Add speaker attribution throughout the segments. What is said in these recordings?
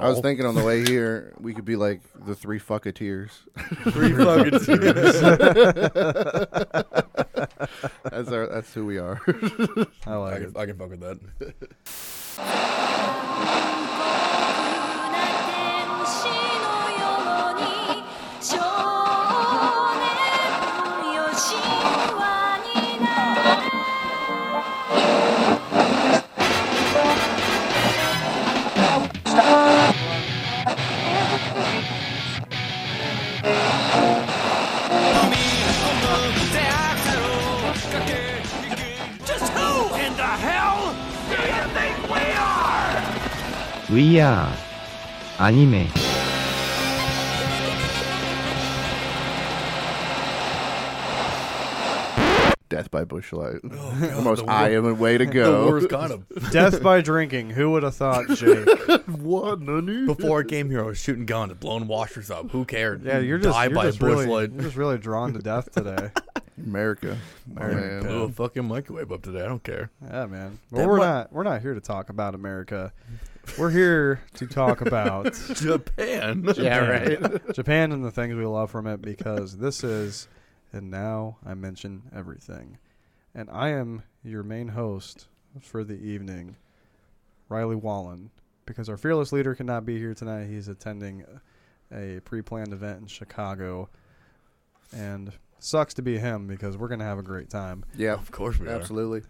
Speaker 1: I was thinking on the way here, we could be like the three fucketeers.
Speaker 2: Three fucking tears.
Speaker 1: That's our, that's who we are.
Speaker 3: I
Speaker 2: I
Speaker 3: like it.
Speaker 2: can, I can fuck with that.
Speaker 4: な天使のように少年よ神話になる
Speaker 5: Just who in the hell do you think we are?
Speaker 6: We are anime.
Speaker 1: Death by bushlight.
Speaker 2: God,
Speaker 1: the most
Speaker 2: the
Speaker 1: I am way to go.
Speaker 2: The worst kind of.
Speaker 3: Death by drinking. Who would have thought, Jake?
Speaker 1: What, Nunu?
Speaker 2: Before I came here, I was shooting guns, blowing washers up. Who cared?
Speaker 3: Yeah, you're just,
Speaker 2: Die
Speaker 3: you're
Speaker 2: by
Speaker 3: just
Speaker 2: a bush
Speaker 3: really,
Speaker 2: light.
Speaker 3: you're just really drawn to death today.
Speaker 1: America.
Speaker 2: Iron
Speaker 1: Man.
Speaker 2: blew a fucking microwave up today. I don't care.
Speaker 3: Yeah, man.
Speaker 2: Then
Speaker 3: Well, we're
Speaker 2: what-
Speaker 3: not we're not here to talk about America. We're here to talk about
Speaker 2: Japan.
Speaker 3: Japan. Japan and the things we love from it because this is and now I mention everything. And I am your main host for the evening, Riley Wallen, because our fearless leader cannot be here tonight. He's attending a pre-planned event in Chicago. And sucks to be him because we're going to have a great time.
Speaker 1: Yeah,
Speaker 2: Of course we are.
Speaker 1: absolutely.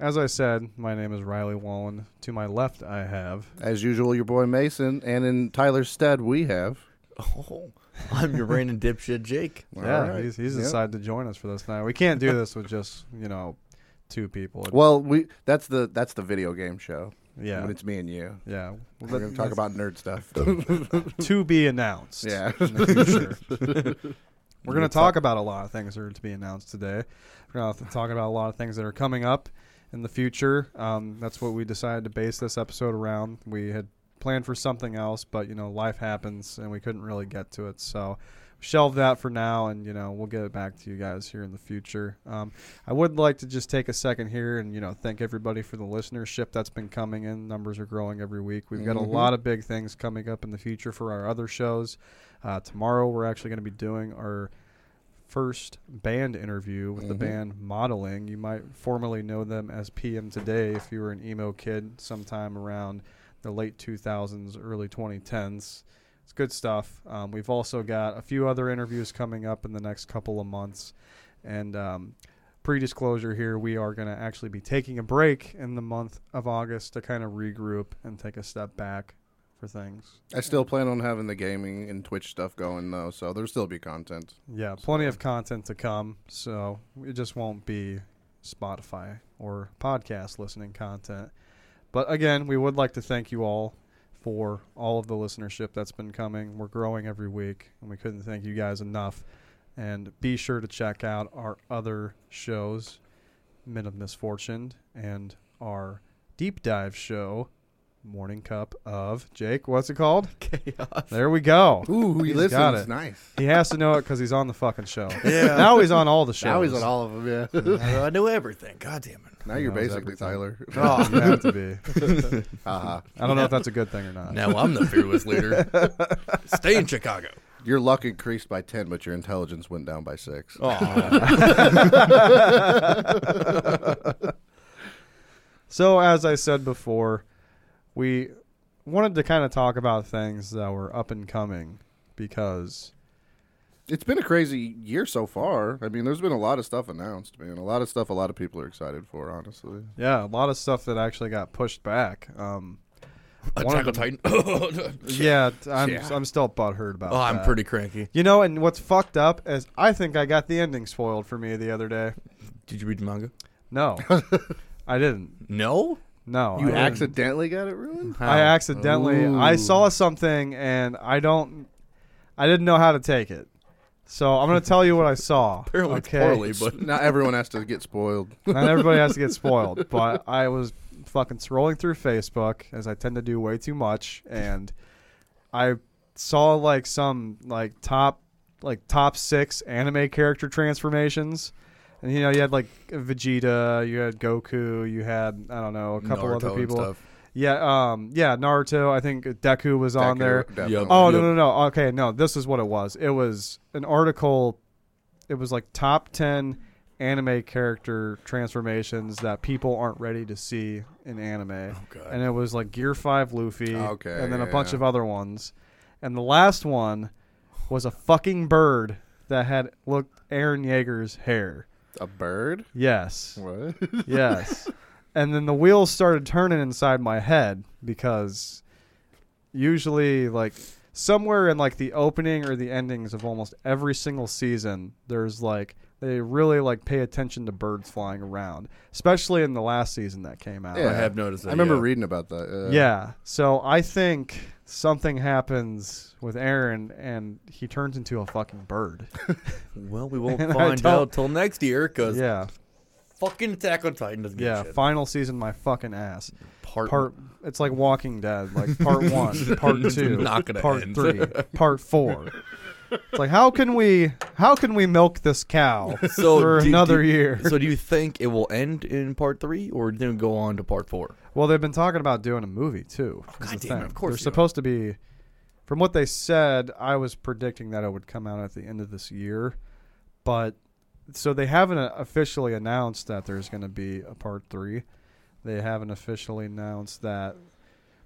Speaker 3: As I said, my name is Riley Wallen. To my left, I have
Speaker 1: As usual, your boy Mason, and in Tyler's stead, we have.
Speaker 2: Oh, I'm your brain and dipshit Jake.
Speaker 3: Yeah,
Speaker 1: All right.
Speaker 3: he's, he's
Speaker 1: Yep.
Speaker 3: decided to join us for this night. We can't do this with just you know two people.
Speaker 1: Well, we that's the that's the video game show.
Speaker 3: yeah,
Speaker 1: when it's me and you,
Speaker 3: yeah.
Speaker 1: we're gonna talk about nerd stuff.
Speaker 3: to be announced.
Speaker 1: yeah,
Speaker 3: in the future. We're gonna talk about a lot of things that are to be announced today. We're gonna have to talk about a lot of things that are coming up in the future. Um, that's what we decided to base this episode around. We had planned for something else, but you know, life happens, and we couldn't really get to it. So shelve that for now and you know we'll get it back to you guys here in the future um, i would like to just take a second here and you know thank everybody for the listenership that's been coming in numbers are growing every week we've got a lot of big things coming up in the future for our other shows uh, tomorrow we're actually going to be doing our first band interview with the band Modeling. You might formerly know them as PM Today if you were an emo kid sometime around the late 2000s, early 2010s. It's good stuff. Um, we've also got a few other interviews coming up in the next couple of months. And um, pre disclosure here, we are going to actually be taking a break in the month of August to kind of regroup and take a step back for things.
Speaker 1: I still plan on having the gaming and Twitch stuff going though, so there'll still be content.
Speaker 3: Yeah, plenty of content to come. So it just won't be Spotify or podcast listening content. But again, we would like to thank you all for all of the listenership that's been coming. We're growing every week, and we couldn't thank you guys enough. And be sure to check out our other shows, Men of Misfortune, and our deep dive show, Morning Cup of Jake. What's it called?
Speaker 2: Chaos.
Speaker 3: There we go.
Speaker 1: Ooh, he
Speaker 3: He's
Speaker 1: listens.
Speaker 3: got it.
Speaker 1: Nice.
Speaker 3: He has to know it because he's on the fucking show.
Speaker 2: Yeah.
Speaker 3: Now he's on all the shows.
Speaker 1: Now he's on all of them. Yeah.
Speaker 2: I knew everything. God damn it.
Speaker 1: now you're
Speaker 3: knows
Speaker 1: basically
Speaker 3: everything.
Speaker 1: Tyler.
Speaker 2: Oh,
Speaker 3: You have to be.
Speaker 1: Haha.
Speaker 3: I don't know if that's a good thing or not.
Speaker 2: now I'm the fearless leader. Stay in Chicago.
Speaker 1: Your luck increased by ten, but your intelligence went down by six.
Speaker 2: Oh,
Speaker 3: So as I said before, we wanted to kind of talk about things that were up and coming because
Speaker 1: It's been a crazy year so far. I mean, there's been a lot of stuff announced, man. A lot of stuff a lot of people are excited for, honestly.
Speaker 3: yeah, a lot of stuff that actually got pushed back. Um, One
Speaker 2: Attack
Speaker 3: of
Speaker 2: on Titan. oh,
Speaker 3: yeah, I'm
Speaker 2: Yeah. Oh,
Speaker 3: I'm still butthurt about.
Speaker 2: I'm
Speaker 3: that.
Speaker 2: pretty cranky.
Speaker 3: You know, and what's fucked up is I think I got the ending spoiled for me the other day.
Speaker 2: Did you read the manga?
Speaker 3: No, I didn't.
Speaker 2: No.
Speaker 3: No,
Speaker 1: You
Speaker 3: I didn't.
Speaker 1: accidentally got it ruined?
Speaker 3: I accidentally I saw something and I don't I didn't know how to take it. So I'm gonna tell you what I saw.
Speaker 2: Apparently it's
Speaker 3: okay.
Speaker 2: poorly, but
Speaker 1: Not everyone has to get spoiled.
Speaker 3: Not everybody has to get spoiled, but I was fucking scrolling through Facebook as I tend to do way too much, and I saw like some like top like top six anime character transformations. And you know, you had like Vegeta, you had Goku, you had I don't know, a couple
Speaker 2: Naruto
Speaker 3: other
Speaker 2: and
Speaker 3: people.
Speaker 2: stuff.
Speaker 3: Yeah, um, yeah, Naruto. I think Deku was on
Speaker 1: Deku,
Speaker 3: there.
Speaker 1: definitely.
Speaker 2: Yep.
Speaker 3: Oh
Speaker 2: Yep.
Speaker 3: no no no. Okay, no. This is what it was. It was an article. It was like top ten anime character transformations that people aren't ready to see in anime.
Speaker 2: God.
Speaker 3: And it was like Gear Five Luffy.
Speaker 1: Oh, Okay,
Speaker 3: And then a
Speaker 1: yeah,
Speaker 3: bunch
Speaker 1: yeah.
Speaker 3: of other ones. And the last one was a fucking bird that had looked Aaron Yeager's hair.
Speaker 1: A bird?
Speaker 3: Yes.
Speaker 1: What?
Speaker 3: Yes. and then the wheels started turning inside my head because usually like somewhere in like the opening or the endings of almost every single season there's like they really like pay attention to birds flying around, especially in the last season that came out.
Speaker 1: Yeah.
Speaker 2: I have noticed that.
Speaker 1: I remember
Speaker 2: yeah.
Speaker 1: reading about that.
Speaker 3: Yeah. So I think something happens with Aaron and he turns into a fucking bird.
Speaker 2: Well, we won't
Speaker 3: And I
Speaker 2: find
Speaker 3: don't-
Speaker 2: out till next year because
Speaker 3: yeah.
Speaker 2: fucking Attack on Titan doesn't give
Speaker 3: Yeah,
Speaker 2: a shit.
Speaker 3: final season my fucking ass.
Speaker 2: Part-
Speaker 3: part it's like Walking Dead, like part 1, part 2,
Speaker 2: Not gonna
Speaker 3: part
Speaker 2: end.
Speaker 3: 3, part 4. It's like how can we how can we milk this cow
Speaker 2: so
Speaker 3: for
Speaker 2: do-
Speaker 3: another
Speaker 2: do-
Speaker 3: year?
Speaker 2: So do you think it will end in part three, or then go on to part four?
Speaker 3: well, they've been talking about doing a movie too. is
Speaker 2: Oh, God
Speaker 3: the
Speaker 2: damn it,
Speaker 3: thing.
Speaker 2: of course
Speaker 3: They're
Speaker 2: they
Speaker 3: supposed to be from what they said, I was predicting that it would come out at the end of this year, but so they haven't uh, officially announced that there's going to be a part 3. They haven't officially announced that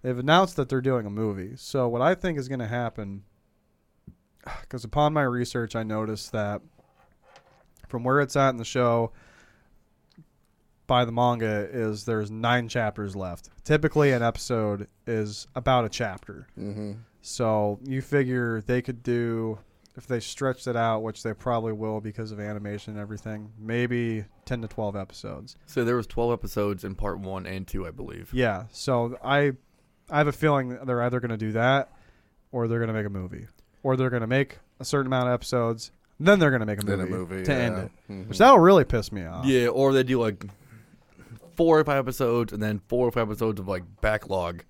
Speaker 3: they've announced that they're doing a movie. So what I think is going to happen, because upon my research, I noticed that from where it's at in the show, by the manga is there's nine chapters left. Typically, an episode is about a chapter.
Speaker 1: Mm-hmm.
Speaker 3: So you figure they could do if they stretched it out, which they probably will because of animation and everything. Maybe ten to twelve episodes.
Speaker 2: So there was twelve episodes in part one and two, I believe.
Speaker 3: Yeah. So I, I have a feeling that they're either going to do that, or they're going to make a movie, or they're going to make a certain amount of episodes, then they're going to make a
Speaker 1: Then
Speaker 3: movie,
Speaker 1: a movie,
Speaker 3: to
Speaker 1: yeah.
Speaker 3: end it.
Speaker 1: Mhm.
Speaker 3: Which that'll really piss me off.
Speaker 2: Yeah, or they do like four or five episodes, and then four or five episodes of like backlog,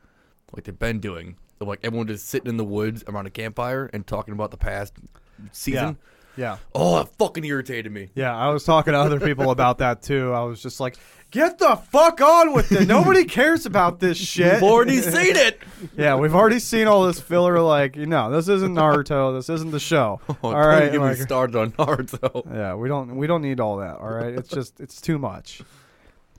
Speaker 2: like they've been doing. So like everyone just sitting in the woods around a campfire and talking about the past
Speaker 3: Yeah.
Speaker 2: season.
Speaker 3: Yeah.
Speaker 2: Oh, that fucking irritated me.
Speaker 3: Yeah, I was talking to other people about that too. I was just like, "Get the fuck on with it! Nobody cares about this shit."
Speaker 2: I've already seen it.
Speaker 3: yeah, we've already seen all this filler. Like, you know, this isn't Naruto. This isn't the show.
Speaker 2: Oh,
Speaker 3: all
Speaker 2: don't
Speaker 3: right,
Speaker 2: get
Speaker 3: like-
Speaker 2: me started on Naruto.
Speaker 3: Yeah, we don't we don't need all that. All right, it's just it's too much.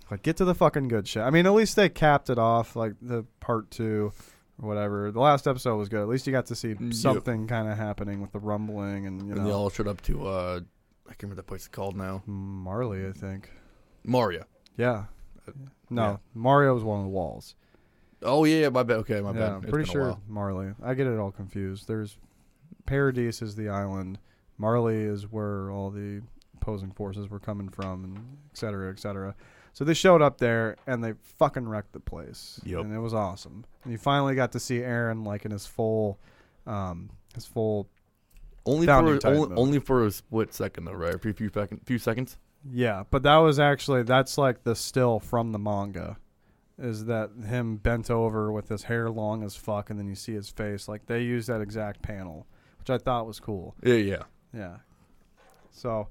Speaker 3: Like, get to the fucking good shit. I mean, at least they capped it off like the part two, or whatever. The last episode was good. At least you got to see
Speaker 2: Mm, Yep.
Speaker 3: something kind of happening with the rumbling and you
Speaker 2: And they
Speaker 3: know
Speaker 2: all showed up to uh, I can't remember the place it's called now.
Speaker 3: Marley. I think.
Speaker 2: Maria.
Speaker 3: Yeah. No,
Speaker 2: yeah.
Speaker 3: Mario was one of the walls.
Speaker 2: Oh yeah, my bad. Okay, my
Speaker 3: yeah,
Speaker 2: bad.
Speaker 3: I'm
Speaker 2: It's
Speaker 3: pretty
Speaker 2: been a
Speaker 3: sure
Speaker 2: while.
Speaker 3: Marley. I get it all confused. There's Paradise is the island. Marley is where all the opposing forces were coming from, and et cetera, et cetera. So they showed up there and they fucking wrecked the place.
Speaker 2: Yep.
Speaker 3: And it was awesome. And you finally got to see Aaron like in his full, um, his full
Speaker 2: Only
Speaker 3: Founding
Speaker 2: for
Speaker 3: type
Speaker 2: only,
Speaker 3: mode.
Speaker 2: only for a split second though, right? A few, few second, few seconds.
Speaker 3: Yeah, but that was actually that's like the still from the manga, is that him bent over with his hair long as fuck, and then you see his face. Like they used that exact panel, which I thought was cool.
Speaker 2: Yeah, yeah.
Speaker 3: Yeah. So,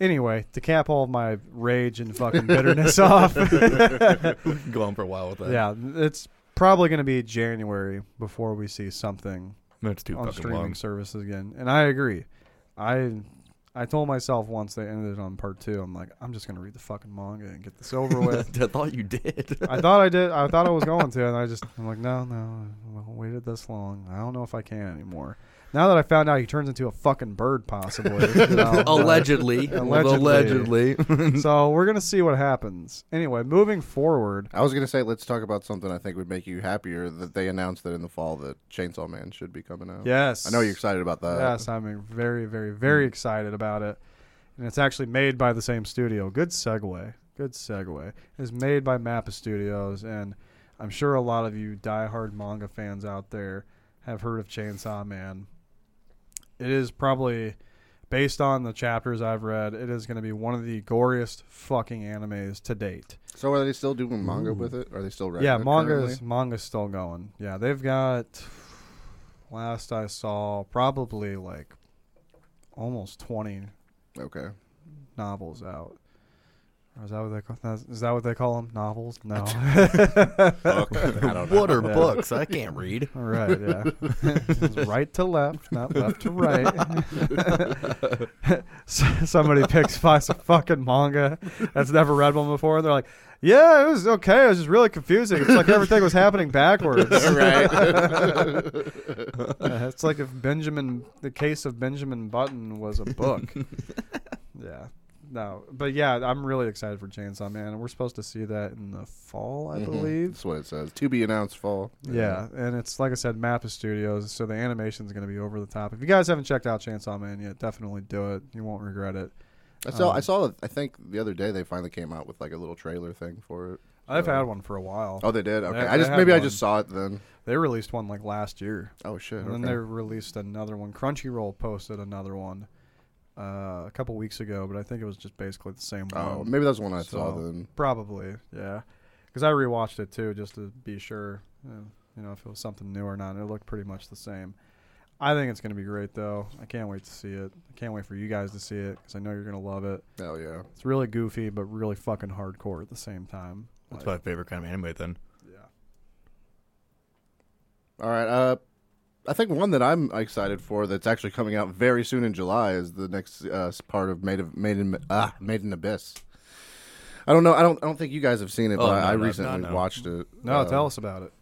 Speaker 3: anyway, to cap all of my rage and fucking bitterness off,
Speaker 2: We can go on for a while with that.
Speaker 3: yeah, it's probably gonna be January before we see something
Speaker 2: that's too
Speaker 3: on
Speaker 2: fucking
Speaker 3: streaming
Speaker 2: long.
Speaker 3: services again. And I agree. I I told myself once they ended on part two, I'm like, I'm just gonna read the fucking manga and get this over
Speaker 2: I
Speaker 3: with.
Speaker 2: thought you did.
Speaker 3: I thought I did. I thought I was going to, and I just I'm like, no, no, I waited this long. I don't know if I can anymore. Now that I found out he turns into a fucking bird, possibly. you know,
Speaker 2: Allegedly.
Speaker 3: Allegedly.
Speaker 2: Allegedly.
Speaker 3: but- so we're gonna see what happens. Anyway, moving forward.
Speaker 1: I was gonna say let's talk about something I think would make you happier that they announced that in the fall that Chainsaw Man should be coming out.
Speaker 3: Yes,
Speaker 1: I know you're excited about that.
Speaker 3: Yes, I'm very, very, very excited about it. And it's actually made by the same studio. Good segue. Good segue. It's made by Mappa Studios, and I'm sure a lot of you diehard manga fans out there have heard of Chainsaw Man. It is probably, based on the chapters I've read, it is going to be one of the goriest fucking animes to date.
Speaker 1: So are they still doing manga with it? Are they still writing?
Speaker 3: Yeah,
Speaker 1: it
Speaker 3: manga's
Speaker 1: currently?
Speaker 3: manga's still going. Yeah, they've got last I saw probably like almost 20
Speaker 1: Okay.
Speaker 3: novels out. Or Is that what they call? that's- Is that what they call them? Novels? No.
Speaker 2: What are books? I can't read.
Speaker 3: All right. Yeah. It's right to left, not left to right. S- Somebody picks five some fucking manga that's never read one before, and they're like, "Yeah, it was okay. It was just really confusing. It's like everything was happening backwards." Yeah, it's like if Benjamin, the case of Benjamin Button was a book. yeah. No, but yeah, I'm really excited for Chainsaw Man. and We're supposed to see that in the fall, I
Speaker 1: Mm-hmm.
Speaker 3: believe.
Speaker 1: Mhm. That's what it says. To be announced fall.
Speaker 3: Yeah, and it's like I said, Mappa Studios, so the animation's going to be over the top. If you guys haven't checked out Chainsaw Man yet, definitely do it. You won't regret it.
Speaker 1: I saw.
Speaker 3: Um,
Speaker 1: I saw. I think the other day they finally came out with like a little trailer thing for it.
Speaker 3: I've
Speaker 1: So-
Speaker 3: had one for a while.
Speaker 1: Oh, they did. Okay,
Speaker 3: They-
Speaker 1: I
Speaker 3: they
Speaker 1: just
Speaker 3: had
Speaker 1: maybe I
Speaker 3: one.
Speaker 1: just saw it then.
Speaker 3: They released one like last year.
Speaker 1: Oh shit.
Speaker 3: And then
Speaker 1: okay.
Speaker 3: they released another one. Crunchyroll posted another one uh, a couple weeks ago, but I think it was just basically the same one.
Speaker 1: Oh, maybe that's one I saw
Speaker 3: So-
Speaker 1: then.
Speaker 3: Probably, yeah. Because I rewatched it too, just to be sure, uh, you know, if it was something new or not. It looked pretty much the same. I think it's going to be great, though. I can't wait to see it. I can't wait for you guys to see it because I know you're going to love it.
Speaker 1: Oh yeah.
Speaker 3: It's really goofy, but really fucking hardcore at the same time.
Speaker 2: That's my favorite kind of anime. Then
Speaker 3: Yeah.
Speaker 1: All right. Uh, I think one that I'm excited for that's actually coming out very soon in July is the next uh, s- part of Made of Made in ah, Made in Abyss. I don't know. I don't. I don't think you guys have seen it,
Speaker 2: Oh,
Speaker 1: but I-
Speaker 2: no,
Speaker 1: I
Speaker 2: no,
Speaker 1: recently
Speaker 2: no, no.
Speaker 1: watched it.
Speaker 3: No,
Speaker 1: Um,
Speaker 3: tell us about it.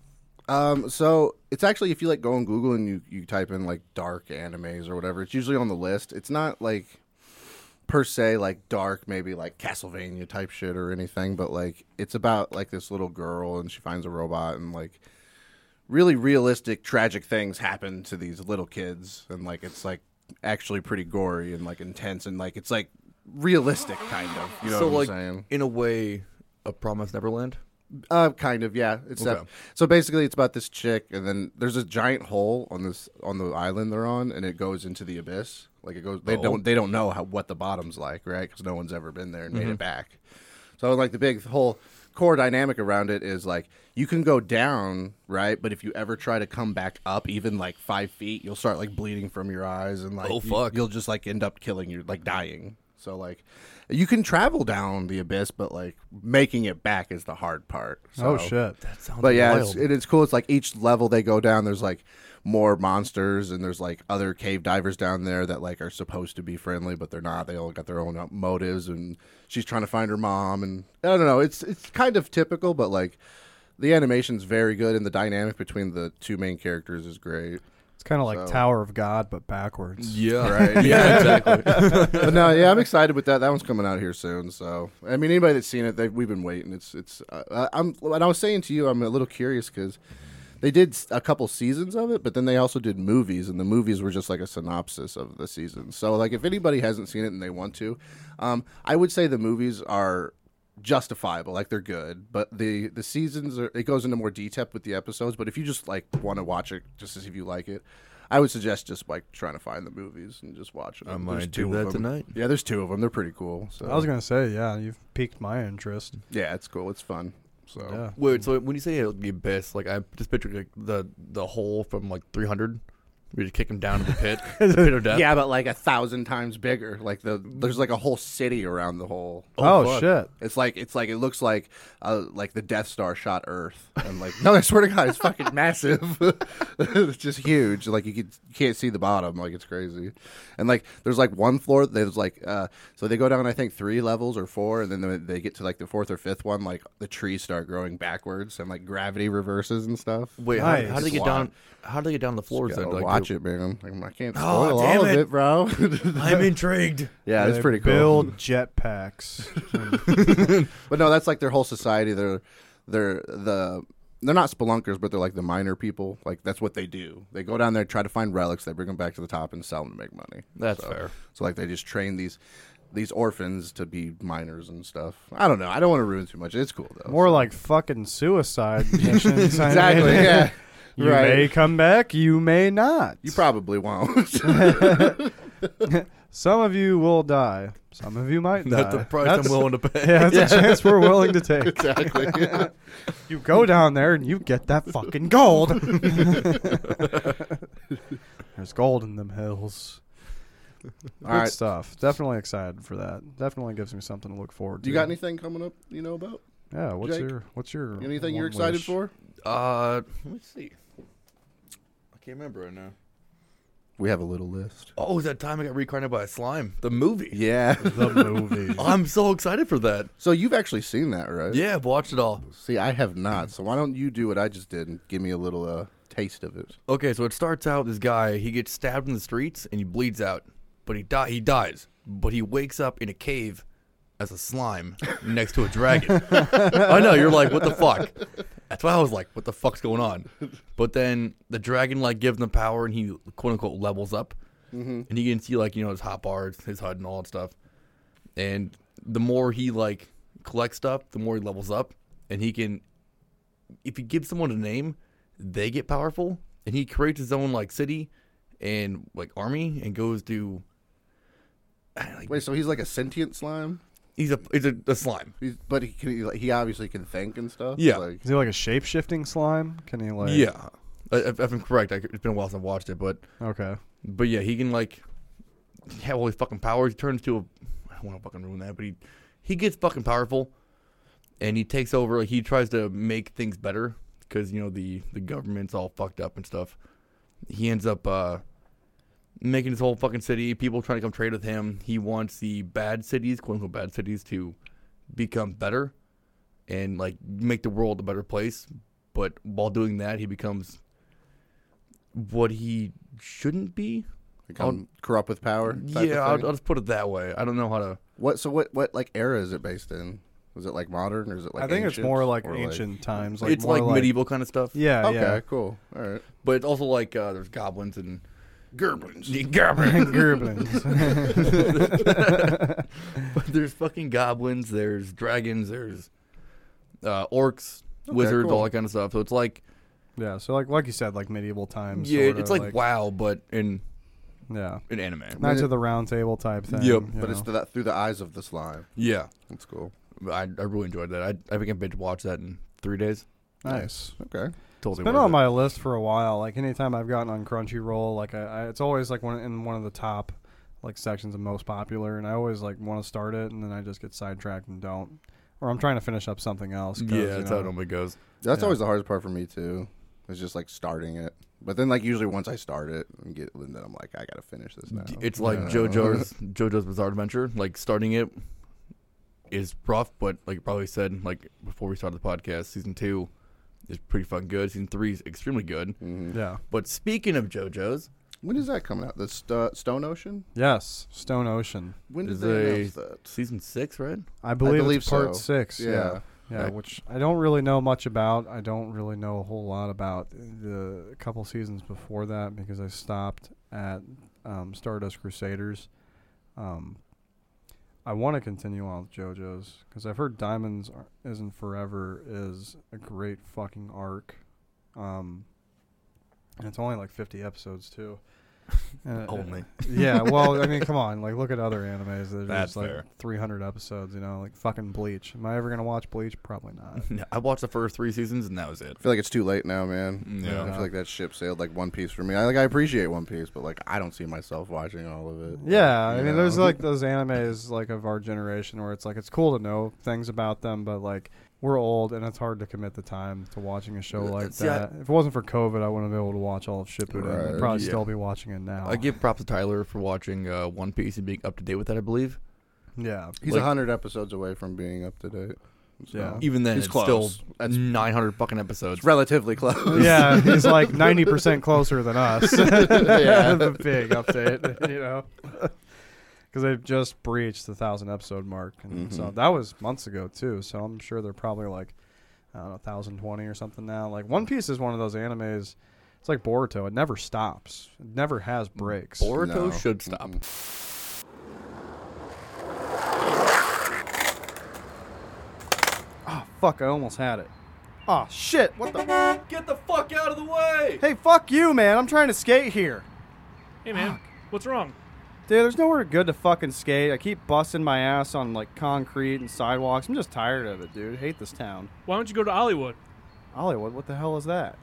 Speaker 1: Um, so it's actually if you like go on Google and you you type in like dark animes or whatever, it's usually on the list. It's not like per se like dark, maybe like Castlevania type shit or anything, but like it's about like this little girl and she finds a robot and like really realistic tragic things happen to these little kids and like it's like actually pretty gory and like intense and like it's like realistic kind of you know
Speaker 2: so
Speaker 1: what
Speaker 2: like
Speaker 1: i'm saying
Speaker 2: in a way, a Promise Neverland.
Speaker 1: uh, kind of, yeah. It's that-
Speaker 2: Okay.
Speaker 1: so basically, it's about this chick, and then there's a giant hole on this on the island they're on, and it goes into the abyss. Like it goes, they
Speaker 2: Oh.
Speaker 1: don't they don't know how what the bottom's like, right? Because no one's ever been there and
Speaker 2: Mm-hmm.
Speaker 1: made it back. So like the big whole core dynamic around it is like you can go down, right? But if you ever try to come back up, even like five feet, you'll start like bleeding from your eyes, and like you-
Speaker 2: Oh, fuck.
Speaker 1: you'll just like end up killing your like dying. So like you can travel down the abyss, but like making it back is the hard part. So.
Speaker 3: oh, shit.
Speaker 2: That sounds
Speaker 1: But yeah,
Speaker 2: wild.
Speaker 1: it's, it is cool. It's like each level they go down, there's like more monsters, and there's like other cave divers down there that like are supposed to be friendly, but they're not. They all got their own uh, motives, and she's trying to find her mom. And I don't know. It's it's kind of typical, but like the animation's very good, and the dynamic between the two main characters is great.
Speaker 3: It's kind of like
Speaker 1: So-
Speaker 3: Tower of God, but backwards.
Speaker 2: yeah,
Speaker 1: Right.
Speaker 2: yeah, exactly.
Speaker 1: but no, yeah, I'm excited with that. That one's coming out here soon. So, I mean, anybody that's seen it, they we've been waiting. It's it's. Uh, I'm and I was saying to you, I'm a little curious because they did s- a couple seasons of it, but then they also did movies, and the movies were just like a synopsis of the season. So, like, if anybody hasn't seen it and they want to, um, I would say the movies are justifiable like they're good but the the seasons are, it goes into more detail with the episodes but if you just like want to watch it just to see if you like it i would suggest just like trying to find the movies and just watching them.
Speaker 2: might
Speaker 1: There's
Speaker 2: do
Speaker 1: two of
Speaker 2: that
Speaker 1: them.
Speaker 2: tonight.
Speaker 1: yeah there's two of them they're pretty cool so
Speaker 3: I was going to say, yeah, you've piqued my interest.
Speaker 1: yeah it's cool it's fun so
Speaker 3: Yeah.
Speaker 2: Wait, so when you say it'll be abyss, like I just picture like the the hole from like 300. We just kick him down to the pit, the pit of death.
Speaker 1: Yeah, but like a thousand times bigger. Like the there's like a whole city around the whole.
Speaker 3: Oh,
Speaker 2: fuck.
Speaker 3: shit.
Speaker 1: It's like it's like it looks like uh like the Death Star shot Earth and like no I swear to God it's fucking massive, it's just huge like you, could, you can't see the bottom like it's crazy, and like there's like one floor there's like uh so they go down I think three levels or four and then they, they get to like the fourth or fifth one like the trees start growing backwards and like gravity reverses and stuff.
Speaker 2: Wait, how, how do they
Speaker 3: Nice.
Speaker 2: get down? How do they get down the floors?
Speaker 1: Gotta
Speaker 2: Then? Like,
Speaker 1: watch
Speaker 2: do-
Speaker 1: it, man. Like, I can't
Speaker 2: Oh,
Speaker 1: spoil
Speaker 2: damn
Speaker 1: all of
Speaker 2: it.
Speaker 1: it, bro.
Speaker 2: I'm intrigued.
Speaker 1: Yeah, it's
Speaker 3: They
Speaker 1: pretty cool.
Speaker 3: Build jetpacks.
Speaker 1: But no, that's like their whole society. They're they're the they're not spelunkers, but they're like the miner people. Like that's what they do. They go down there, try to find relics, they bring them back to the top and sell them to make money.
Speaker 2: That's
Speaker 1: so,
Speaker 2: fair.
Speaker 1: So like they just train these these orphans to be miners and stuff. I don't know. I don't want to ruin too much. It's cool though.
Speaker 3: More like fucking suicide missions. I mean.
Speaker 1: exactly. Yeah.
Speaker 3: You
Speaker 1: right.
Speaker 3: may come back, you may not.
Speaker 1: you probably won't.
Speaker 3: some of you will die. Some of you might
Speaker 2: That's
Speaker 3: die.
Speaker 2: the price
Speaker 3: That's-
Speaker 2: I'm willing to pay.
Speaker 3: Yeah, that's a chance we're willing to take.
Speaker 1: exactly.
Speaker 3: You go down there and you get that fucking gold. There's gold in them hills.
Speaker 1: All right.
Speaker 3: stuff. Definitely excited for that. Definitely gives me something to look forward to.
Speaker 1: You got anything coming up you know about?
Speaker 3: Yeah. What's
Speaker 1: Jake?
Speaker 3: your What's your
Speaker 1: Anything you're
Speaker 3: one
Speaker 1: excited
Speaker 3: wish?
Speaker 1: for?
Speaker 2: Uh, let me see. I can't remember right now.
Speaker 1: We have a little list.
Speaker 2: Oh, it was that time I got reincarnated by a slime? The movie.
Speaker 1: Yeah.
Speaker 3: The movie.
Speaker 2: I'm so excited for that.
Speaker 1: so you've actually seen that, right?
Speaker 2: Yeah, I've watched it all.
Speaker 1: See, I have
Speaker 3: Mm.
Speaker 1: not. So why don't you do what I just did and give me a little uh, taste of it?
Speaker 2: Okay, so it starts out this guy he gets stabbed in the streets and he bleeds out, but he die he dies, but he wakes up in a cave as a slime next to a dragon. I know you're like, what the fuck? That's why I was like, what the fuck's going on? But then the dragon like gives him the power and he quote unquote levels up, and you can see like you know his hot bars, his HUD, and all that stuff. And the more he like collects stuff, the more he levels up, and he can if you give someone a name, they get powerful, and he creates his own like city and like army and goes to. Like,
Speaker 1: Wait, so he's like a sentient slime?
Speaker 2: he's a he's a, a slime.
Speaker 1: He's, but he can, he, like, he obviously can think and stuff.
Speaker 2: Yeah.
Speaker 1: Like,
Speaker 3: Is he like a shape shifting slime? Can he like?
Speaker 2: Yeah, I, if if I'm correct, I, it's been a while since I watched it, but
Speaker 3: Okay.
Speaker 2: but yeah, he can like have all his fucking powers. He turns to a. I don't want to fucking ruin that, but he he gets fucking powerful, and he takes over. Like, he tries to make things better because you know the the government's all fucked up and stuff. He ends up uh, making his whole fucking city. People trying to come trade with him. He wants the bad cities, quote unquote bad cities, to become better and like make the world a better place. But while doing that, he becomes what he shouldn't be
Speaker 1: become corrupt with power. Type of
Speaker 2: yeah,
Speaker 1: thing?
Speaker 2: I'll, I'll just put it that way. I don't know how to.
Speaker 1: What? So what? What like era is it based in? Was it like modern or is it like?
Speaker 3: I think it's
Speaker 1: ancient?
Speaker 3: more like
Speaker 1: Or,
Speaker 3: ancient times. Like
Speaker 2: it's
Speaker 3: more
Speaker 2: like, medieval kind of stuff.
Speaker 3: Yeah.
Speaker 1: okay,
Speaker 3: Yeah.
Speaker 1: cool. All right.
Speaker 2: but it's also like uh, there's goblins and
Speaker 1: Gerblins.
Speaker 2: Yeah, goblins.
Speaker 3: Gerblins.
Speaker 2: But there's fucking goblins. There's dragons. There's uh, orcs, wizards,
Speaker 1: cool.
Speaker 2: all that kind of stuff. So it's like
Speaker 3: yeah. So like like you said, like medieval times.
Speaker 2: yeah,
Speaker 3: sorta,
Speaker 2: it's like, WoW, but in
Speaker 3: yeah.
Speaker 2: in anime.
Speaker 3: Knights of the Round Table type thing.
Speaker 2: Yep.
Speaker 3: you
Speaker 1: But it's
Speaker 3: know.
Speaker 1: the, that through the eyes of the slime.
Speaker 2: Yeah,
Speaker 1: That's cool.
Speaker 2: I, I really enjoyed that. I I think I binge watched that in three days.
Speaker 3: nice.
Speaker 1: Okay.
Speaker 2: Totally.
Speaker 3: It's been
Speaker 2: worth
Speaker 3: on
Speaker 2: it.
Speaker 3: my list for a while. Like anytime I've gotten on Crunchyroll, like I, I, it's always like one in one of the top like sections of most popular, and I always like want to start it, and then I just get sidetracked and don't, or I'm trying to finish up something else. 'cause,
Speaker 2: Yeah,
Speaker 3: you
Speaker 2: that's how it
Speaker 3: know,
Speaker 2: normally goes.
Speaker 1: That's
Speaker 3: Yeah.
Speaker 1: always the hardest part for me too. It's just like starting it. But then like usually once I start it and get and then I'm like I gotta finish this now.
Speaker 2: It's like
Speaker 1: Yeah.
Speaker 2: JoJo's JoJo's Bizarre Adventure. Like starting it is rough, but like you probably said, like before we started the podcast, season two is pretty fucking good. Season three is extremely good.
Speaker 1: Mm-hmm.
Speaker 3: yeah.
Speaker 2: But speaking of JoJo's,
Speaker 1: When is that coming out? The St- Stone Ocean.
Speaker 3: Yes, Stone Ocean.
Speaker 1: When did
Speaker 2: Is
Speaker 1: they
Speaker 2: a-
Speaker 1: announce that?
Speaker 2: season six, right?
Speaker 3: I believe,
Speaker 1: believe
Speaker 3: it's part
Speaker 1: so.
Speaker 3: six. Yeah.
Speaker 1: Yeah.
Speaker 3: yeah.
Speaker 2: Right.
Speaker 3: which I don't really know much about. I don't really know a whole lot about the couple seasons before that because I stopped at um, Stardust Crusaders. Um, I want to continue on with JoJo's because I've heard Diamonds Ar- Isn't Forever is a great fucking arc. Um, and it's only like 50 episodes, too. And
Speaker 1: Oh,
Speaker 3: it-
Speaker 2: Only.
Speaker 3: yeah, well, I mean, come on. Like, look at other animes. There's
Speaker 2: That's
Speaker 3: just like
Speaker 2: fair.
Speaker 3: 300 episodes, you know, like fucking Bleach. Am I ever going to watch Bleach? Probably not.
Speaker 2: No, I watched the first three seasons and that was it.
Speaker 1: I feel like it's too late now, man.
Speaker 2: Yeah.
Speaker 1: I feel like that ship sailed like One Piece for me. I like I appreciate One Piece, but like I don't see myself watching all of it.
Speaker 3: yeah, I
Speaker 1: You
Speaker 3: mean,
Speaker 1: know?
Speaker 3: there's like those animes like of our generation where it's like it's cool to know things about them, but like we're old and it's hard to commit the time to watching a show
Speaker 2: Uh,
Speaker 3: like
Speaker 2: see, I-
Speaker 3: that. if it wasn't for COVID, I wouldn't be able to watch all of Shippuden.
Speaker 1: Right,
Speaker 3: I'd probably
Speaker 2: yeah.
Speaker 3: still be watching it now.
Speaker 2: I give props to Tyler for watching uh, One Piece and being up to date with that. I believe
Speaker 3: yeah,
Speaker 1: He's a
Speaker 2: Like-
Speaker 1: 100 episodes away from being up to date. So.
Speaker 3: Yeah.
Speaker 2: even then
Speaker 1: He's
Speaker 2: it's
Speaker 1: close.
Speaker 2: still nine hundred fucking episodes.
Speaker 1: It's relatively close.
Speaker 3: yeah, he's like ninety percent closer than us.
Speaker 1: Yeah.
Speaker 3: the big update, you know, because they've just breached the thousand episode mark, and
Speaker 2: Mm-hmm.
Speaker 3: so that was months ago too. So I'm sure they're probably like, I don't know, thousand twenty or something now. Like One Piece is one of those animes. It's like Boruto; it never stops. It never has breaks.
Speaker 2: Boruto
Speaker 1: No.
Speaker 2: should stop.
Speaker 3: Fuck! I almost had it. Oh shit! What the?
Speaker 2: Get the fuck out of the way!
Speaker 3: Hey, fuck you, man! I'm trying to skate here.
Speaker 7: Hey man, what's wrong?
Speaker 3: Dude, there's nowhere good to fucking skate. I keep busting my ass on like concrete and sidewalks. I'm just tired of it, dude. hate this town.
Speaker 7: Why don't you go to Hollywood?
Speaker 3: Hollywood, what the hell is that?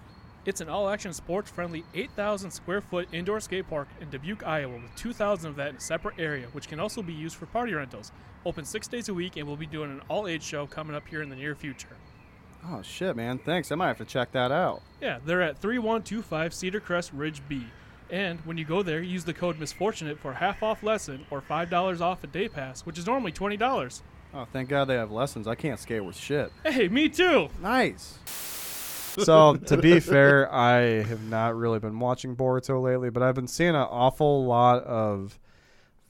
Speaker 7: It's an all-action sports-friendly 8,000 square foot indoor skate park in Dubuque, Iowa, with 2,000 of that in a separate area, which can also be used for party rentals. Open six days a week, and we'll be doing an all-age show coming up here in the near future.
Speaker 3: Oh shit, man! Thanks. I might have to check that out.
Speaker 7: Yeah, they're at 3125 Cedar Crest Ridge B. And when you go there, use the code MISFORTUNATE for half off lesson or $5 off a day pass, which is normally $20.
Speaker 3: Oh, thank God they have lessons. I can't skate with shit.
Speaker 7: Hey, me too!
Speaker 3: Nice. so to be fair, I have not really been watching Boruto lately, but I've been seeing an awful lot of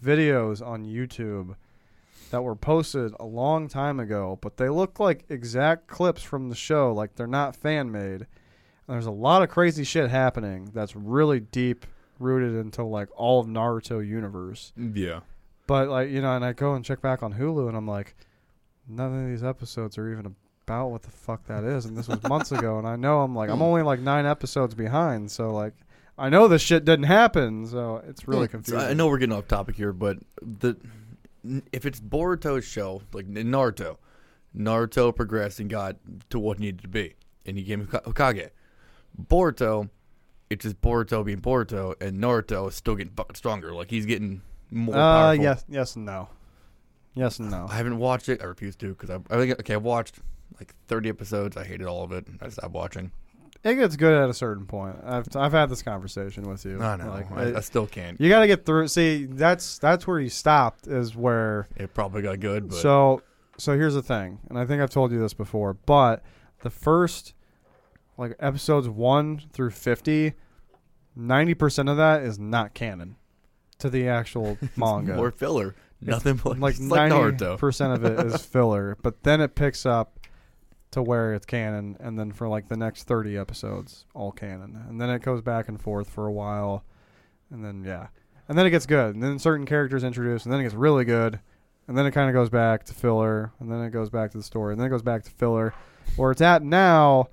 Speaker 3: videos on YouTube that were posted a long time ago, but they look like exact clips from the show, like they're not fan made. And there's a lot of crazy shit happening that's really deep rooted into like all of Naruto universe.
Speaker 2: Yeah.
Speaker 3: But like you know, and I go and check back on Hulu, and I'm like, none of these episodes are even about what the fuck that is. And this was months ago, and I know I'm like, I'm only like nine episodes behind, so like, I know this shit didn't happen, so it's really
Speaker 2: So
Speaker 3: confusing.
Speaker 2: I know we're getting off topic here, but the if it's Boruto's show, like Naruto, Naruto progressed and got to what he needed to be, and he became Hok- Hokage. Boruto, it's just Boruto being Boruto, and Naruto is still getting fucking stronger. Like he's getting more
Speaker 3: Uh,
Speaker 2: powerful.
Speaker 3: yes, yes, and no, yes, and no.
Speaker 2: I haven't watched it. I refuse to because I, I think okay, I watched like 30 episodes. I hated all of it. I stopped watching.
Speaker 3: It gets good at a certain point. I've I've had this conversation with you.
Speaker 2: I know.
Speaker 3: Like,
Speaker 2: I,
Speaker 3: it-
Speaker 2: I still can't.
Speaker 3: you got to get through. See, that's that's where you stopped. Is where
Speaker 2: It probably got good, but
Speaker 3: So, so here's the thing, and I think I've told you this before, but the first like episodes one through 50, 90 percent of that is not canon to the actual manga.
Speaker 2: more filler. Nothing but
Speaker 3: like
Speaker 2: like, like
Speaker 3: ninety
Speaker 2: Naruto.
Speaker 3: percent of it is filler, but then it picks up to where it's canon, and then for like the next thirty episodes, all canon, and then it goes back and forth for a while, and then yeah, and then it gets good, and then certain characters introduced, and then it gets really good, and then it kind of goes back to filler, and then it goes back to the story, and then it goes back to filler. Where it's at now,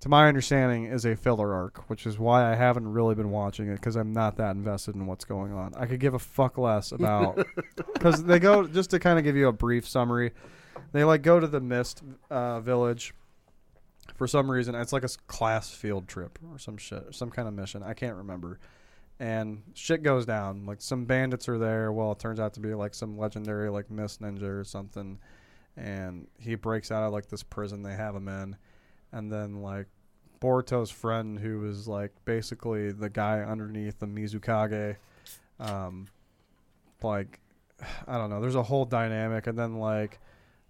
Speaker 3: to my understanding, is a filler arc, which is why I haven't really been watching it because I'm not that invested in what's going on. I could give a fuck less about because they go just to kind of give you a brief summary. They like go to the Mist uh, Village for some reason. It's like a s- class field trip or some shit, some kind of mission. I can't remember. And shit goes down. Like some bandits are there. Well, it turns out to be like some legendary like Mist Ninja or something. And he breaks out of like this prison they have him in, and then like Boruto's friend, who was like basically the guy underneath the Mizukage, um, like I don't know. There's a whole dynamic, and then like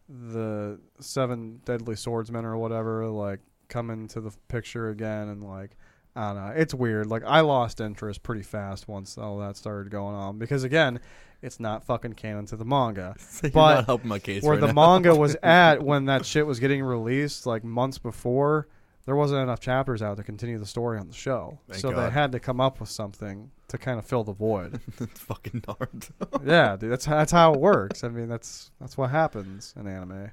Speaker 3: the seven deadly swordsmen or whatever, like come into the picture again, and like I don't know. It's weird. Like I lost interest pretty fast once all that started going on because again, it's not fucking canon to the manga
Speaker 2: So you're
Speaker 3: but
Speaker 2: not helping my case
Speaker 3: where
Speaker 2: right
Speaker 3: the
Speaker 2: now.
Speaker 3: manga was at when that shit was getting released like months before there wasn't enough chapters out to continue the story on the show
Speaker 2: Thank
Speaker 3: so they
Speaker 2: God.
Speaker 3: had to come up with something to kind of fill the void
Speaker 2: It's fucking Naruto.
Speaker 3: yeah dude that's, that's how it works i mean that's that's what happens in anime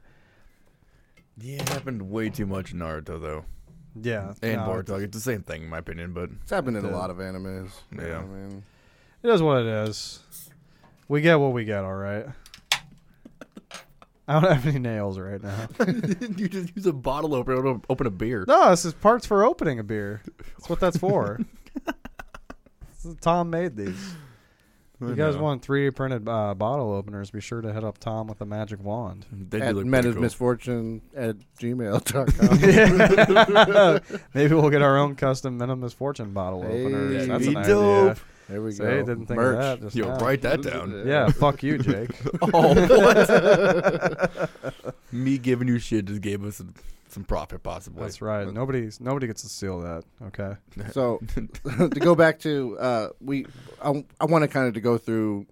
Speaker 2: Yeah, it happened way too much in Naruto though,
Speaker 3: yeah
Speaker 2: and
Speaker 3: no,
Speaker 2: Boruto. It's the same thing in my opinion, but
Speaker 1: It's happened in a
Speaker 3: Yeah.
Speaker 1: lot of animes. you know
Speaker 2: Yeah.
Speaker 1: what I mean,
Speaker 3: it is what it is we get what we get all right i don't have any nails right now
Speaker 2: you just use a bottle opener to open a beer.
Speaker 3: No, this is parts for opening a beer. That's what that's for. This is- Tom made these. You guys
Speaker 2: know.
Speaker 3: want 3D printed uh, bottle openers? Be sure to hit up Tom with a magic wand.
Speaker 2: They do
Speaker 1: at
Speaker 2: look
Speaker 1: men
Speaker 2: pretty
Speaker 1: of
Speaker 2: cool.
Speaker 1: misfortune at gmail.com.
Speaker 3: Maybe we'll get our own custom Minimum Misfortune bottle
Speaker 1: Hey,
Speaker 3: opener.
Speaker 1: that'd
Speaker 3: That's
Speaker 1: be
Speaker 3: an idea.
Speaker 2: dope.
Speaker 1: there we
Speaker 3: See,
Speaker 1: go.
Speaker 3: didn't think
Speaker 1: Merch.
Speaker 3: of that. Just
Speaker 2: Yo,
Speaker 3: now.
Speaker 2: write that down.
Speaker 3: Yeah, fuck you, Jake.
Speaker 2: oh, what? Me giving you shit just gave us some, some profit, possibly.
Speaker 3: That's right. Nobody, nobody gets to steal that. Okay.
Speaker 1: So to go back to uh, we, I, I want to kind of to go through.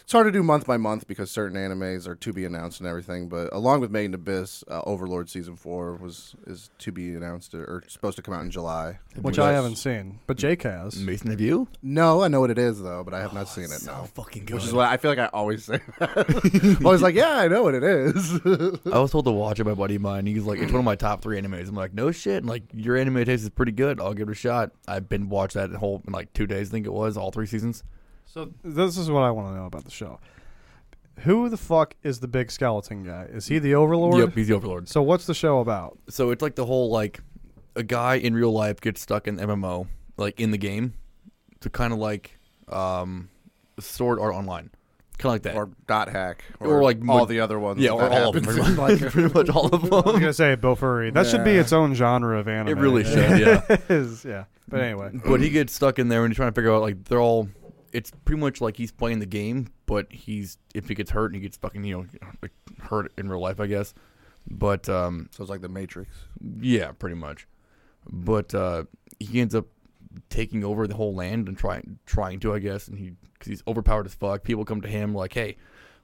Speaker 1: It's hard to do month by month because certain animes are to be announced and everything. But along with Made in Abyss, uh, Overlord season four was is to be announced or, or supposed to come out in July.
Speaker 3: Which I haven't seen, but Jake has.
Speaker 2: Mason, have you?
Speaker 1: No, I know what it is though, but I have not seen it.
Speaker 2: so
Speaker 1: No,
Speaker 2: fucking good.
Speaker 1: which is why I feel like I always say. That. I was like, yeah, I know what it is.
Speaker 2: I was told to watch it by a buddy of mine. He's like, it's one of my top three animes. I'm like, no shit. And like, your anime taste is pretty good. I'll give it a shot. I've been watched that whole in like two days. I think it was all three seasons.
Speaker 3: So this is what I want to know about the show. Who the fuck is the big skeleton guy? Is he the overlord?
Speaker 2: Yep, he's the Overlord.
Speaker 3: So what's the show about?
Speaker 2: So it's like the whole like a guy in real life gets stuck in MMO, like in the game, to kind of like um, Sword Art Online, kind of like that.
Speaker 1: or dot hack,
Speaker 2: Or, like,
Speaker 1: all
Speaker 2: mod-
Speaker 1: the other ones.
Speaker 2: yeah,
Speaker 1: that
Speaker 2: or all of them,
Speaker 1: happens.
Speaker 2: pretty much, like, pretty much all of
Speaker 3: I was
Speaker 2: them.
Speaker 3: gonna say Bill Furry. That should be
Speaker 1: Yeah.
Speaker 3: its own genre of anime.
Speaker 2: It really
Speaker 3: Yeah.
Speaker 2: should, yeah.
Speaker 3: It is, yeah. But anyway,
Speaker 2: But he gets stuck in there and he's trying to figure out like they're all. It's pretty much like he's playing the game, but he's if he gets hurt and he gets fucking you know like, hurt in real life, I guess. But um,
Speaker 1: so it's like the Matrix.
Speaker 2: yeah, pretty much. But uh, he ends up taking over the whole land and trying trying to, I guess. And he because he's overpowered as fuck. People come to him like, "Hey,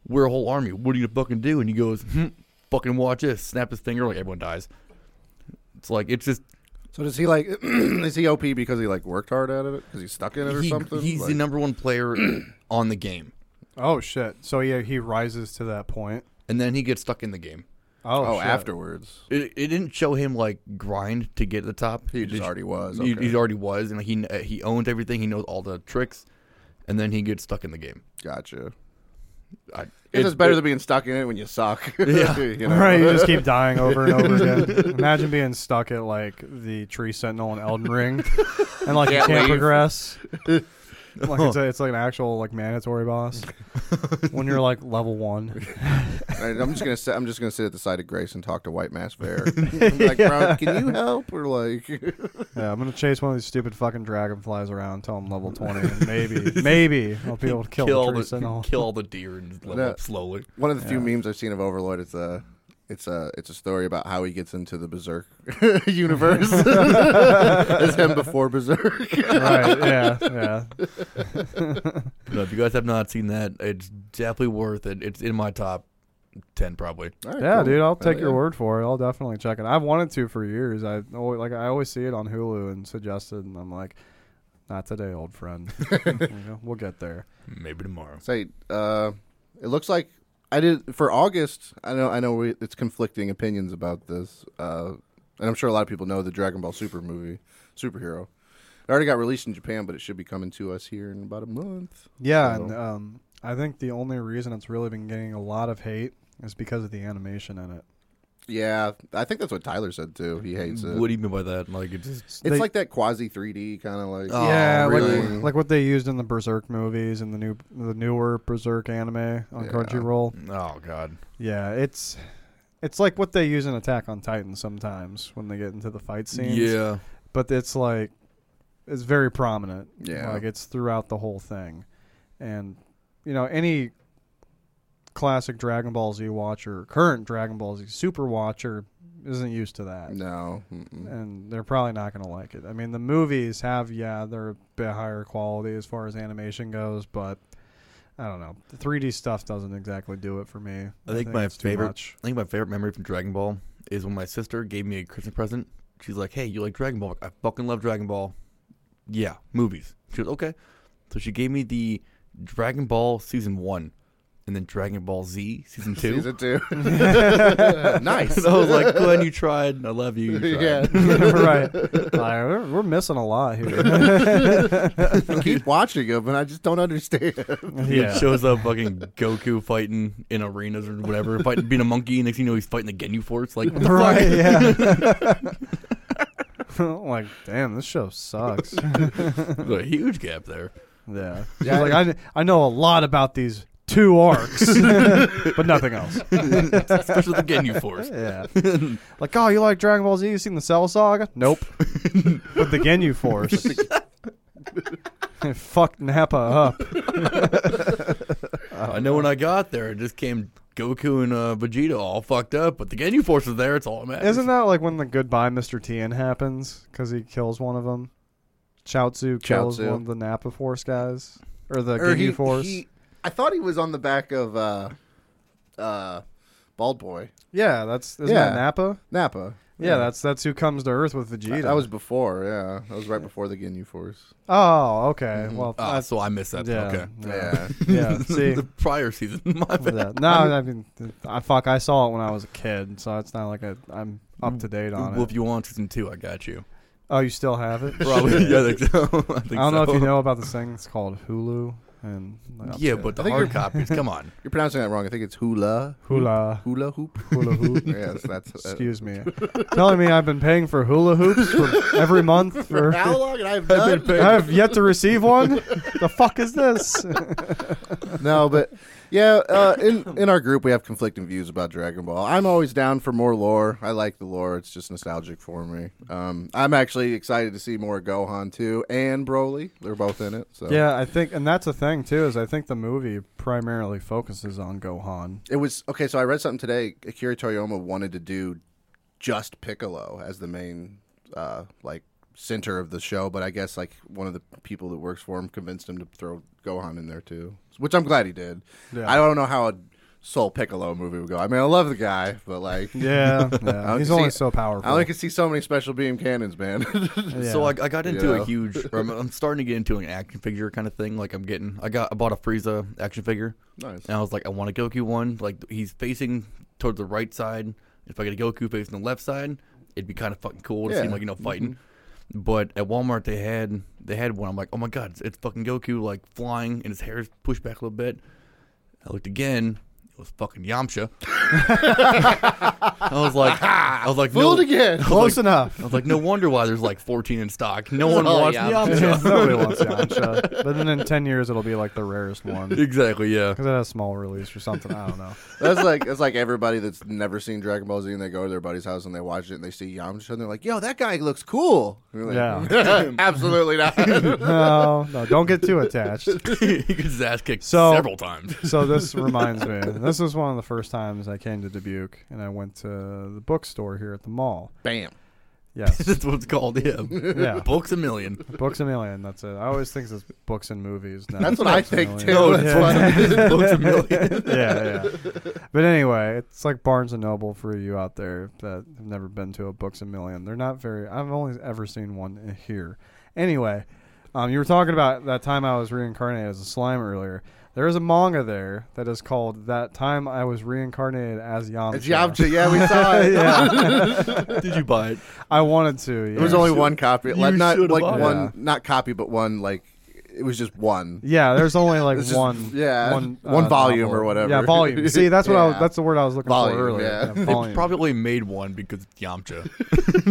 Speaker 2: we're a whole army. What are you gonna fucking do?" And he goes, hmm, "Fucking watch this." Snap his finger, like everyone dies. It's like it's just
Speaker 1: So does he like? is he OP because he like worked hard at it? Because he's stuck in it or
Speaker 2: he-
Speaker 1: something?
Speaker 2: he's
Speaker 1: Like-
Speaker 2: the number one player on the game.
Speaker 3: oh shit. So yeah, he rises to that point.
Speaker 2: and then he gets stuck in the game.
Speaker 3: Oh,
Speaker 1: Oh,
Speaker 3: shit.
Speaker 1: afterwards,
Speaker 2: It, it didn't show him like grind to get to the top.
Speaker 1: he
Speaker 2: It
Speaker 1: just
Speaker 2: just-
Speaker 1: already was.
Speaker 2: he,
Speaker 1: okay.
Speaker 2: he already was, and he uh, he owns everything. He knows all the tricks, and then he gets stuck in the game.
Speaker 1: Gotcha.
Speaker 2: I,
Speaker 1: It's
Speaker 2: it-
Speaker 1: just better
Speaker 2: it-
Speaker 1: than being stuck in it when you suck.
Speaker 2: Yeah.
Speaker 1: You know?
Speaker 3: Right, you just keep dying over and over again. Imagine being stuck at like the tree sentinel in Elden Ring, and like you
Speaker 1: Can't
Speaker 3: can't
Speaker 1: leave.
Speaker 3: progress. Like it's, a, it's like an actual like mandatory boss when you're like level one.
Speaker 1: Right, I'm just gonna sit. I'm just gonna sit at the side of Grace and talk to White Mass Bear. I'm like, bro, can you help? Or like,
Speaker 3: Yeah, I'm gonna chase one of these stupid fucking dragonflies around until I'm level twenty, and maybe maybe I'll be able to kill, the
Speaker 2: kill
Speaker 3: tree
Speaker 2: the,
Speaker 3: sentinel.
Speaker 2: kill all the deer and just level
Speaker 1: Yeah.
Speaker 2: up slowly.
Speaker 1: one of the few memes I've seen of Overlord is a, it's a, it's a story about how he gets into the Berserk universe. it's him before Berserk.
Speaker 3: right? Yeah, yeah.
Speaker 2: But no, if you guys have not seen that, it's definitely worth it. It's in my top ten probably.
Speaker 1: All right,
Speaker 3: Yeah,
Speaker 1: cool. Uh,
Speaker 3: dude, I'll
Speaker 1: Hell
Speaker 3: take your
Speaker 1: yeah.
Speaker 3: word for it. I'll definitely check it. I've wanted to for years. I always, like I always see it on Hulu and suggested, and I'm like, not today, old friend. You know, we'll get there.
Speaker 2: Maybe tomorrow.
Speaker 1: Say, uh, it looks like I did for August. I know, I know, we, it's conflicting opinions about this, uh, and I'm sure a lot of people know the Dragon Ball Super movie, superhero. It already got released in Japan, but it should be coming to us here in about a month.
Speaker 3: Yeah,
Speaker 1: So-
Speaker 3: and um, I think the only reason it's really been getting a lot of hate is because of the animation in it.
Speaker 1: Yeah, I think that's what Tyler said too. He hates it.
Speaker 2: What do you mean by that? Like it's just
Speaker 1: it's
Speaker 3: They-
Speaker 1: like that quasi 3D kind of like.
Speaker 2: Oh,
Speaker 3: yeah,
Speaker 1: really?
Speaker 3: like like what they used in the Berserk movies and the new the newer Berserk anime on
Speaker 1: Yeah.
Speaker 3: Crunchyroll.
Speaker 2: oh god.
Speaker 3: Yeah, it's it's like what they use in Attack on Titan sometimes when they get into the fight scenes.
Speaker 2: Yeah.
Speaker 3: but it's like it's very prominent.
Speaker 1: Yeah.
Speaker 3: like it's throughout the whole thing, and you know any classic Dragon Ball Z watcher, current Dragon Ball Z super watcher, isn't used to that,
Speaker 1: No. mm-mm.
Speaker 3: and they're probably not going to like it. I mean, the movies have yeah, they're a bit higher quality as far as animation goes, but. I don't know. The 3D stuff doesn't exactly do it for me.
Speaker 2: I think my
Speaker 3: it's too
Speaker 2: favorite-
Speaker 3: much.
Speaker 2: I think my favorite memory from Dragon Ball is when my sister gave me a Christmas present. She's like, "Hey, you like Dragon Ball? I fucking love Dragon Ball." Yeah, movies. She was okay. So she gave me the Dragon Ball season one, and then Dragon Ball Z season two.
Speaker 1: Season two. nice.
Speaker 2: and I was like, "Glenn, you tried. and I love you." you
Speaker 1: Yeah.
Speaker 2: tried."
Speaker 3: right. Like, we're, we're missing a lot here.
Speaker 1: I keep watching them, and I just don't understand.
Speaker 2: He shows up fucking Goku fighting in arenas or whatever, fighting being a monkey. Next thing you know, he's fighting the Genyu Force. Like, what the
Speaker 3: Right,
Speaker 2: fuck?
Speaker 3: yeah. like, damn, this show sucks.
Speaker 2: There's a huge gap there.
Speaker 3: yeah. She's like, I, I know a lot about these two arcs, but nothing else.
Speaker 2: Especially the Genyu Force.
Speaker 3: Yeah. Like, oh, you like Dragon Ball Z? You seen the Cell Saga? Nope. but the Genyu Force. Fuck Nappa up.
Speaker 2: I know when I got there, it just came Goku and uh, Vegeta all fucked up, but the Genyu Force is there. It's all that matters.
Speaker 3: Isn't that like when the goodbye Mr. Tien happens because he kills one of them? Chaozu kills
Speaker 1: Chaozu.
Speaker 3: one of the Nappa Force guys or the
Speaker 1: Or
Speaker 3: Genyu Force.
Speaker 1: he- I thought he was on the back of uh, uh, Bald Boy
Speaker 3: yeah, that's isn't
Speaker 1: Yeah.
Speaker 3: that Nappa?
Speaker 1: Nappa.
Speaker 3: Yeah, that's that's who comes to Earth with Vegeta.
Speaker 1: that was before. Yeah, that was right before the Ginyu Force.
Speaker 3: oh okay. Well,
Speaker 2: Ah,
Speaker 3: that's
Speaker 2: so I missed that.
Speaker 3: yeah,
Speaker 2: Okay.
Speaker 3: yeah,
Speaker 1: Yeah.
Speaker 3: yeah. See,
Speaker 2: the prior season. My bad.
Speaker 3: yeah. no, I mean, I fuck. I saw it when I was a kid, so it's not like I, I'm up to date on
Speaker 2: Well, if
Speaker 3: it.
Speaker 2: you want season two, I got you.
Speaker 3: Oh, you still have it?
Speaker 2: Probably. yeah, I think so. I, think
Speaker 3: I don't know if
Speaker 2: so.
Speaker 3: you know about this thing. It's called Hulu. And like,
Speaker 2: yeah, but the
Speaker 1: think
Speaker 2: hard
Speaker 1: you're-
Speaker 2: copies. Come on.
Speaker 1: You're pronouncing that wrong. I think it's hula.
Speaker 3: hula
Speaker 1: Hula hoop.
Speaker 3: hula hoop.
Speaker 1: yes, that's. Uh,
Speaker 3: Excuse me, telling me I've been paying for hula hoops for every month for.
Speaker 1: how long? And I've done.
Speaker 3: I have yet to receive one. the fuck is this?
Speaker 1: no, but yeah, uh, in in our group we have conflicting views about Dragon Ball. I'm always down for more lore. I like the lore; it's just nostalgic for me. Um, I'm actually excited to see more Gohan too and Broly. They're both in it. So
Speaker 3: yeah, I think, and that's the thing too is I think the movie primarily focuses on Gohan.
Speaker 1: it was okay. So I read something today. Akira Toriyama wanted to do just Piccolo as the main uh, like center of the show, but I guess like one of the people that works for him convinced him to throw Gohan in there too, which I'm glad he did.
Speaker 3: Yeah.
Speaker 1: I don't know how a Soul Piccolo movie would go. I mean, I love the guy, but like.
Speaker 3: Yeah,
Speaker 1: only
Speaker 3: he's
Speaker 1: can
Speaker 3: only
Speaker 1: see-
Speaker 3: so powerful.
Speaker 1: I only can see so many special beam cannons, man.
Speaker 2: So I, I got into
Speaker 1: Yeah.
Speaker 2: a huge. or I'm, I'm starting to get into an action figure kind of thing. Like I'm getting. I got. I bought a Frieza action figure,
Speaker 1: nice.
Speaker 2: and I was like, I want a Goku one. Like he's facing towards the right side. If I get a Goku facing the left side, it'd be kind of fucking cool to see
Speaker 1: Yeah. Mm-hmm.
Speaker 2: him like you know fighting. But at Walmart they had they had one. I'm like, oh my god, it's, it's fucking Goku like flying, and his hair's pushed back a little bit. I looked again. It was fucking Yamcha. I was like, I was like,
Speaker 1: Fooled
Speaker 2: no.
Speaker 1: again.
Speaker 3: Close enough.
Speaker 2: I was like, no wonder why there's like 14 in stock. No one
Speaker 8: Oh,
Speaker 2: wants
Speaker 8: yeah.
Speaker 2: Yamcha.
Speaker 3: Nobody wants Yamcha. But then in 10 years, it'll be like the rarest one. Because
Speaker 2: exactly, yeah.
Speaker 3: it has small release or something. I don't know.
Speaker 1: That's like that's like everybody that's never seen Dragon Ball Z and they go to their buddy's house and they watch it and they see Yamcha and they're like, "Yo, that guy looks cool." And you're like, absolutely not.
Speaker 3: No, no, don't get too attached.
Speaker 2: he gets his ass kicked
Speaker 3: So-
Speaker 2: several times.
Speaker 3: So this reminds me. This was one of the first times I came to Dubuque and I went to the bookstore here at the mall.
Speaker 1: Bam.
Speaker 3: Yes.
Speaker 2: That's what it's called, yeah.
Speaker 3: Yeah.
Speaker 2: Books a million.
Speaker 3: Books a million. That's it. I always think it's books and movies. No,
Speaker 1: That's what
Speaker 3: it's
Speaker 1: I
Speaker 3: Books a
Speaker 1: think
Speaker 3: Million.
Speaker 1: too.
Speaker 2: No,
Speaker 1: That's
Speaker 3: yeah.
Speaker 1: why-
Speaker 2: Books a million.
Speaker 3: yeah, yeah. But anyway, it's like Barnes and Noble for you out there that have never been to a Books a Million. They're not very. I've only ever seen one here. Anyway, um, you were talking about that time I was reincarnated as a slime earlier. There is a manga there that is called "That Time I Was Reincarnated as Yamcha."
Speaker 1: It's Yamcha. Yeah, we saw it.
Speaker 3: yeah,
Speaker 2: Did you buy it?
Speaker 3: I wanted to. Yeah.
Speaker 1: There was only one copy. Like, not
Speaker 2: should've
Speaker 1: like
Speaker 2: bought
Speaker 1: one,
Speaker 3: it. Yeah.
Speaker 1: not copy, but one like it was just one.
Speaker 3: Yeah, there's only like
Speaker 1: This is-
Speaker 3: one.
Speaker 1: yeah,
Speaker 3: one,
Speaker 1: one
Speaker 3: uh,
Speaker 1: volume
Speaker 3: novel.
Speaker 1: or whatever.
Speaker 3: Yeah, volume. See, that's what I was,
Speaker 1: Yeah.
Speaker 3: that's the word I was looking
Speaker 1: Volume,
Speaker 3: for earlier.
Speaker 1: yeah.
Speaker 3: Yeah,
Speaker 1: They
Speaker 3: volume.
Speaker 2: Probably only made one because it's Yamcha.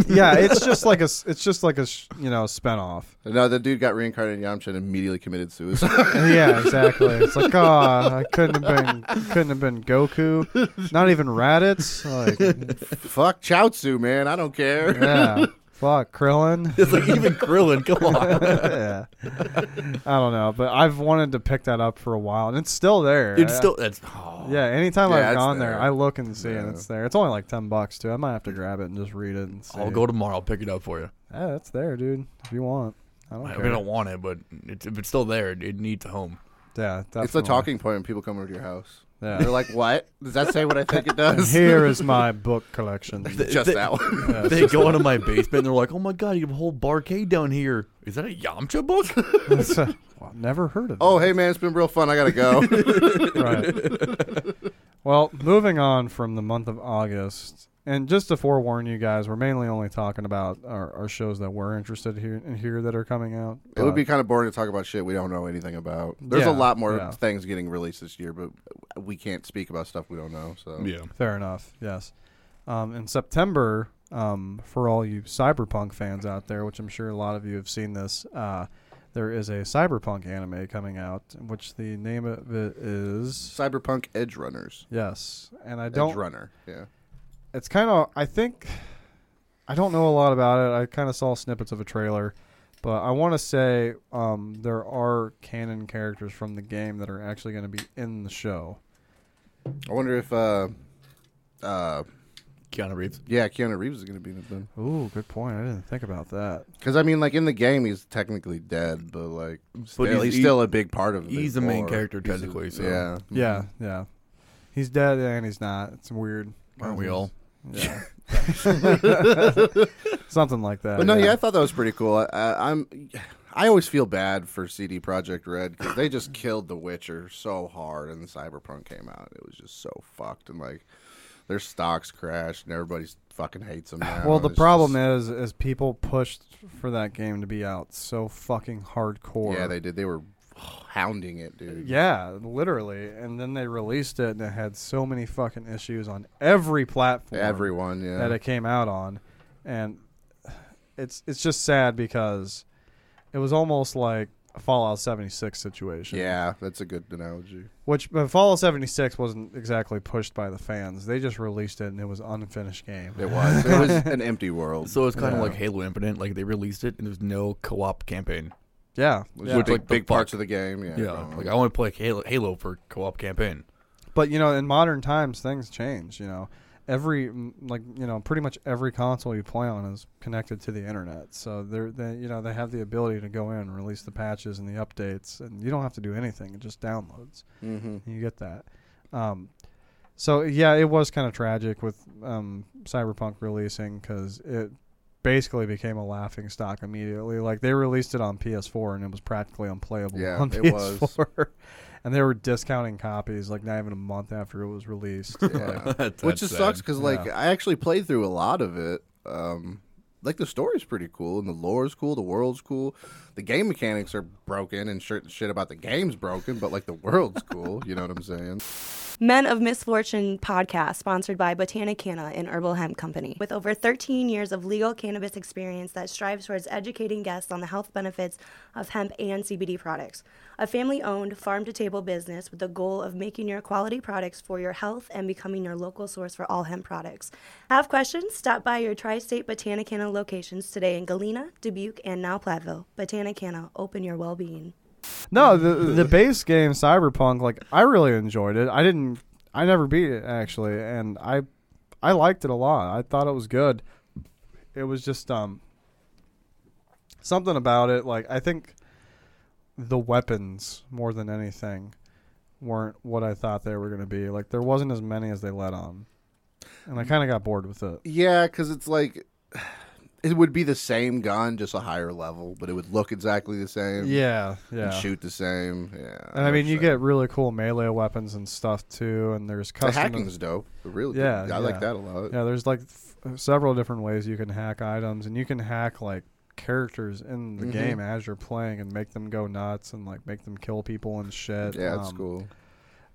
Speaker 3: yeah, it's just like a s- it's just like a sh- you know spinoff.
Speaker 1: No, the dude got reincarnated in Yamcha and immediately committed suicide.
Speaker 3: yeah, exactly. It's like, oh, I couldn't have been, couldn't have been Goku, not even Raditz. Like,
Speaker 1: Fuck Chaozu, man. I don't care.
Speaker 3: yeah, fuck Krillin.
Speaker 2: It's like even Krillin, come on.
Speaker 3: yeah, I don't know, but I've wanted to pick that up for a while, and it's still there.
Speaker 2: It's
Speaker 3: I-
Speaker 2: still that's oh.
Speaker 3: yeah. Anytime
Speaker 1: Yeah,
Speaker 3: I've
Speaker 1: it's
Speaker 3: gone there.
Speaker 1: there.
Speaker 3: I look and see, and
Speaker 1: Yeah.
Speaker 3: it's there. It's only like ten bucks too. I might have to grab it and just read it and see.
Speaker 2: I'll go tomorrow, I'll pick it up for you.
Speaker 3: Yeah, that's there, dude. If you want, I don't
Speaker 2: I, mean,
Speaker 3: care.
Speaker 2: I don't want it, but it's, if it's still there, it, it needs a home.
Speaker 3: yeah,
Speaker 1: It's a
Speaker 3: definitely.
Speaker 1: talking point when people come over to your house.
Speaker 3: Yeah.
Speaker 1: They're like, "What? Does that say what I think it
Speaker 3: And
Speaker 1: does?"
Speaker 3: here is my book collection.
Speaker 1: Just
Speaker 2: They-
Speaker 1: that one.
Speaker 2: They go into my basement and they're like, oh my god, you have a whole barcade down here. Is that a Yamcha book?
Speaker 3: That's a- well, I've never heard of.
Speaker 1: Oh, hey man, it's been real fun. I gotta go.
Speaker 3: right. Well, moving on from the month of August, and just to forewarn you guys, we're mainly only talking about our, our shows that we're interested here in here that are coming out.
Speaker 1: it would
Speaker 3: but-
Speaker 1: be kind of boring to talk about shit we don't know anything about. There's a
Speaker 3: Yeah,
Speaker 1: lot more
Speaker 3: yeah.
Speaker 1: things getting released this year, but we can't speak about stuff we don't know. So
Speaker 3: fair enough. Yes, um, in September, um, for all you cyberpunk fans out there, which I'm sure a lot of you have seen this, uh, there is a cyberpunk anime coming out, which the name of it is.
Speaker 1: Cyberpunk Edge Runners,
Speaker 3: Yes, and I
Speaker 1: Edge
Speaker 3: don't
Speaker 1: Runner, yeah.
Speaker 3: it's kind of I think I don't know a lot about it. I kind of saw snippets of a trailer, but I want to say um, there are canon characters from the game that are actually going to be in the show.
Speaker 1: I wonder if, uh, uh,
Speaker 2: Keanu Reeves.
Speaker 1: yeah, Keanu Reeves is gonna be in it then.
Speaker 3: Ooh, good point. I didn't think about that.
Speaker 1: Because I mean, like in the game, he's technically dead, but like, still,
Speaker 2: he's-
Speaker 1: he's,
Speaker 2: he-
Speaker 1: still a big part of.
Speaker 2: he's
Speaker 1: the
Speaker 2: the main
Speaker 1: lore.
Speaker 2: character
Speaker 1: He's a-
Speaker 2: technically, so-
Speaker 1: yeah,
Speaker 3: Yeah, yeah. He's dead and he's not. It's weird.
Speaker 2: Aren't we all?
Speaker 3: Yeah. Something like that.
Speaker 1: But no, yeah, I thought that was pretty cool. I, I, I'm, I always feel bad for CD Project Red because they just killed The Witcher so hard, and Cyberpunk came out. It was just so fucked, and like their stocks crashed, and everybody's fucking hates them. Now.
Speaker 3: Well, the problem is, is people pushed for that game to be out so fucking hardcore.
Speaker 1: yeah, they did. They were hounding it, dude.
Speaker 3: Yeah, literally. And then they released it, and it had so many fucking issues on every platform.
Speaker 1: Everyone, yeah.
Speaker 3: that it came out on, and it's it's just sad because it was almost like a Fallout 76 situation.
Speaker 1: yeah, that's a good analogy.
Speaker 3: Which but Fallout 76 wasn't exactly pushed by the fans. They just released it and it was unfinished game.
Speaker 1: It was. it was an empty world.
Speaker 2: So it's kind of
Speaker 1: Yeah.
Speaker 2: like Halo Infinite. Like they released it and there's no co-op campaign.
Speaker 3: Yeah.
Speaker 1: Which
Speaker 3: yeah.
Speaker 1: is big,
Speaker 2: like the
Speaker 1: big parts
Speaker 2: fuck.
Speaker 1: of the game. Yeah.
Speaker 2: Yeah,
Speaker 1: Um,
Speaker 2: like I want to play Halo, Halo for co-op campaign.
Speaker 3: But you know, in modern times things change, you know. Every mm, like you know, pretty much every console you play on is connected to the internet. So they're they you know they have the ability to go in and release the patches and the updates, and you don't have to do anything. It just downloads.
Speaker 1: mhm.
Speaker 3: You get that. Um, so yeah, it was kind of tragic with um, Cyberpunk releasing because it basically became a laughing stock immediately. Like they released it on PS4 and it was practically unplayable
Speaker 1: Yeah,
Speaker 3: on
Speaker 1: it was.
Speaker 3: PS4, and they were discounting copies like not even a month after it was released. Like,
Speaker 1: Yeah.
Speaker 2: That's
Speaker 1: Which just
Speaker 2: sad.
Speaker 1: sucks because like I actually played through a lot of it. Um, like the story's pretty cool and the lore's cool, the world's cool. The game mechanics are broken and shit, shit about the game's broken, but like the world's cool. You know what I'm saying?
Speaker 8: Men of Misfortune podcast, sponsored by Botanicana and Herbal Hemp Company. With over 13 years of legal cannabis experience that strives towards educating guests on the health benefits of hemp and CBD products. A family owned, farm to table business with the goal of making your quality products for your health and becoming your local source for all hemp products. Have questions? Stop by your tri state Botanicana locations today in Galena, Dubuque, and now Platteville. Botanicana, open your well being.
Speaker 3: no, the the base game Cyberpunk, like I really enjoyed it. I didn't, I never beat it actually, and I I liked it a lot. I thought it was good. It was just um something about it. Like I think the weapons more than anything weren't what I thought they were going to be. Like there wasn't as many as they let on, and I kind of got bored with it.
Speaker 1: Yeah, because it's like it would be the same gun, just a higher level, but it would look exactly the same.
Speaker 3: Yeah,
Speaker 1: and
Speaker 3: yeah.
Speaker 1: shoot the same. Yeah,
Speaker 3: And I mean, you
Speaker 1: so-
Speaker 3: get really cool melee weapons and stuff too, and there's
Speaker 1: the
Speaker 3: custom
Speaker 1: hacking's dope. Really,
Speaker 3: Yeah,
Speaker 1: yeah, I like
Speaker 3: yeah.
Speaker 1: that a lot.
Speaker 3: Yeah, there's like f- several different ways you can hack items, and you can hack like characters in the
Speaker 1: Mhm.
Speaker 3: game as you're playing and make them go nuts and like make them kill people and shit.
Speaker 1: Yeah, it's
Speaker 3: Um,
Speaker 1: cool.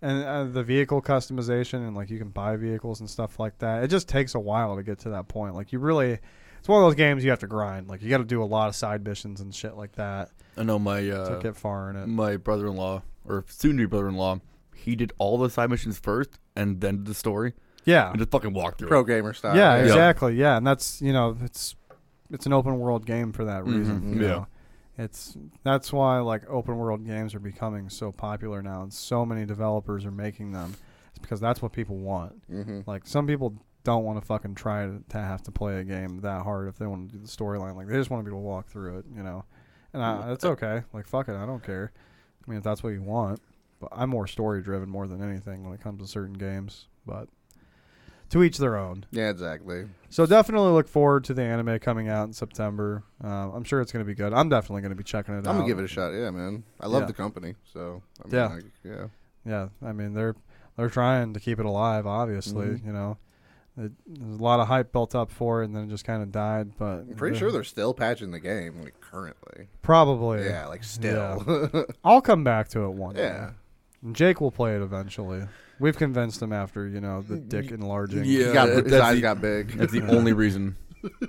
Speaker 3: And uh, the vehicle customization and like you can buy vehicles and stuff like that. It just takes a while to get to that point. Like you really, it's one of those games you have to grind. Like you got to do a lot of side missions and shit like that
Speaker 2: I know my
Speaker 3: to
Speaker 2: uh,
Speaker 3: get far in
Speaker 1: mm.
Speaker 3: it.
Speaker 2: my brother-in-law or soon-to-be brother-in-law. He did all the side missions first and then the story
Speaker 3: Yeah,
Speaker 2: and just fucking walked through.
Speaker 1: Pro
Speaker 2: it.
Speaker 1: gamer style.
Speaker 3: yeah,
Speaker 2: yeah.
Speaker 3: exactly. Yeah, and that's you know it's it's an open world game for that reason.
Speaker 2: Mhm,
Speaker 3: you
Speaker 2: yeah.
Speaker 3: know. it's that's why like open world games are becoming so popular now, and so many developers are making them. It's because that's what people want.
Speaker 1: Mhm.
Speaker 3: Like some people don't want to fucking try to, to have to play a game that hard if they want to do the storyline. Like they just want to be able to walk through it, you know. And I, it's okay. Like fuck it, I don't care. I mean, if that's what you want, but I'm more story driven more than anything when it comes to certain games. But to each their own.
Speaker 1: Yeah, exactly.
Speaker 3: So definitely look forward to the anime coming out in September. Um, I'm sure it's going to be good. I'm definitely going to be checking it out.
Speaker 1: I'm gonna give it a shot. Yeah, man. I love
Speaker 3: Yeah.
Speaker 1: the company, so I mean,
Speaker 3: Yeah.
Speaker 1: like, yeah.
Speaker 3: Yeah, I mean they're they're trying to keep it alive. Obviously,
Speaker 1: Mhm.
Speaker 3: you know, it, there's a lot of hype built up for it, and then it just kind of died. But
Speaker 1: I'm pretty sure they're still patching the game like currently.
Speaker 3: probably.
Speaker 1: Yeah, like still. Yeah.
Speaker 3: I'll come back to it one day. And Jake will play it eventually. We've convinced him after you know the dick enlarging.
Speaker 2: Yeah,
Speaker 1: He got,
Speaker 2: that-
Speaker 1: his
Speaker 2: that's
Speaker 1: eyes
Speaker 2: the-
Speaker 1: got big.
Speaker 2: That's the only reason.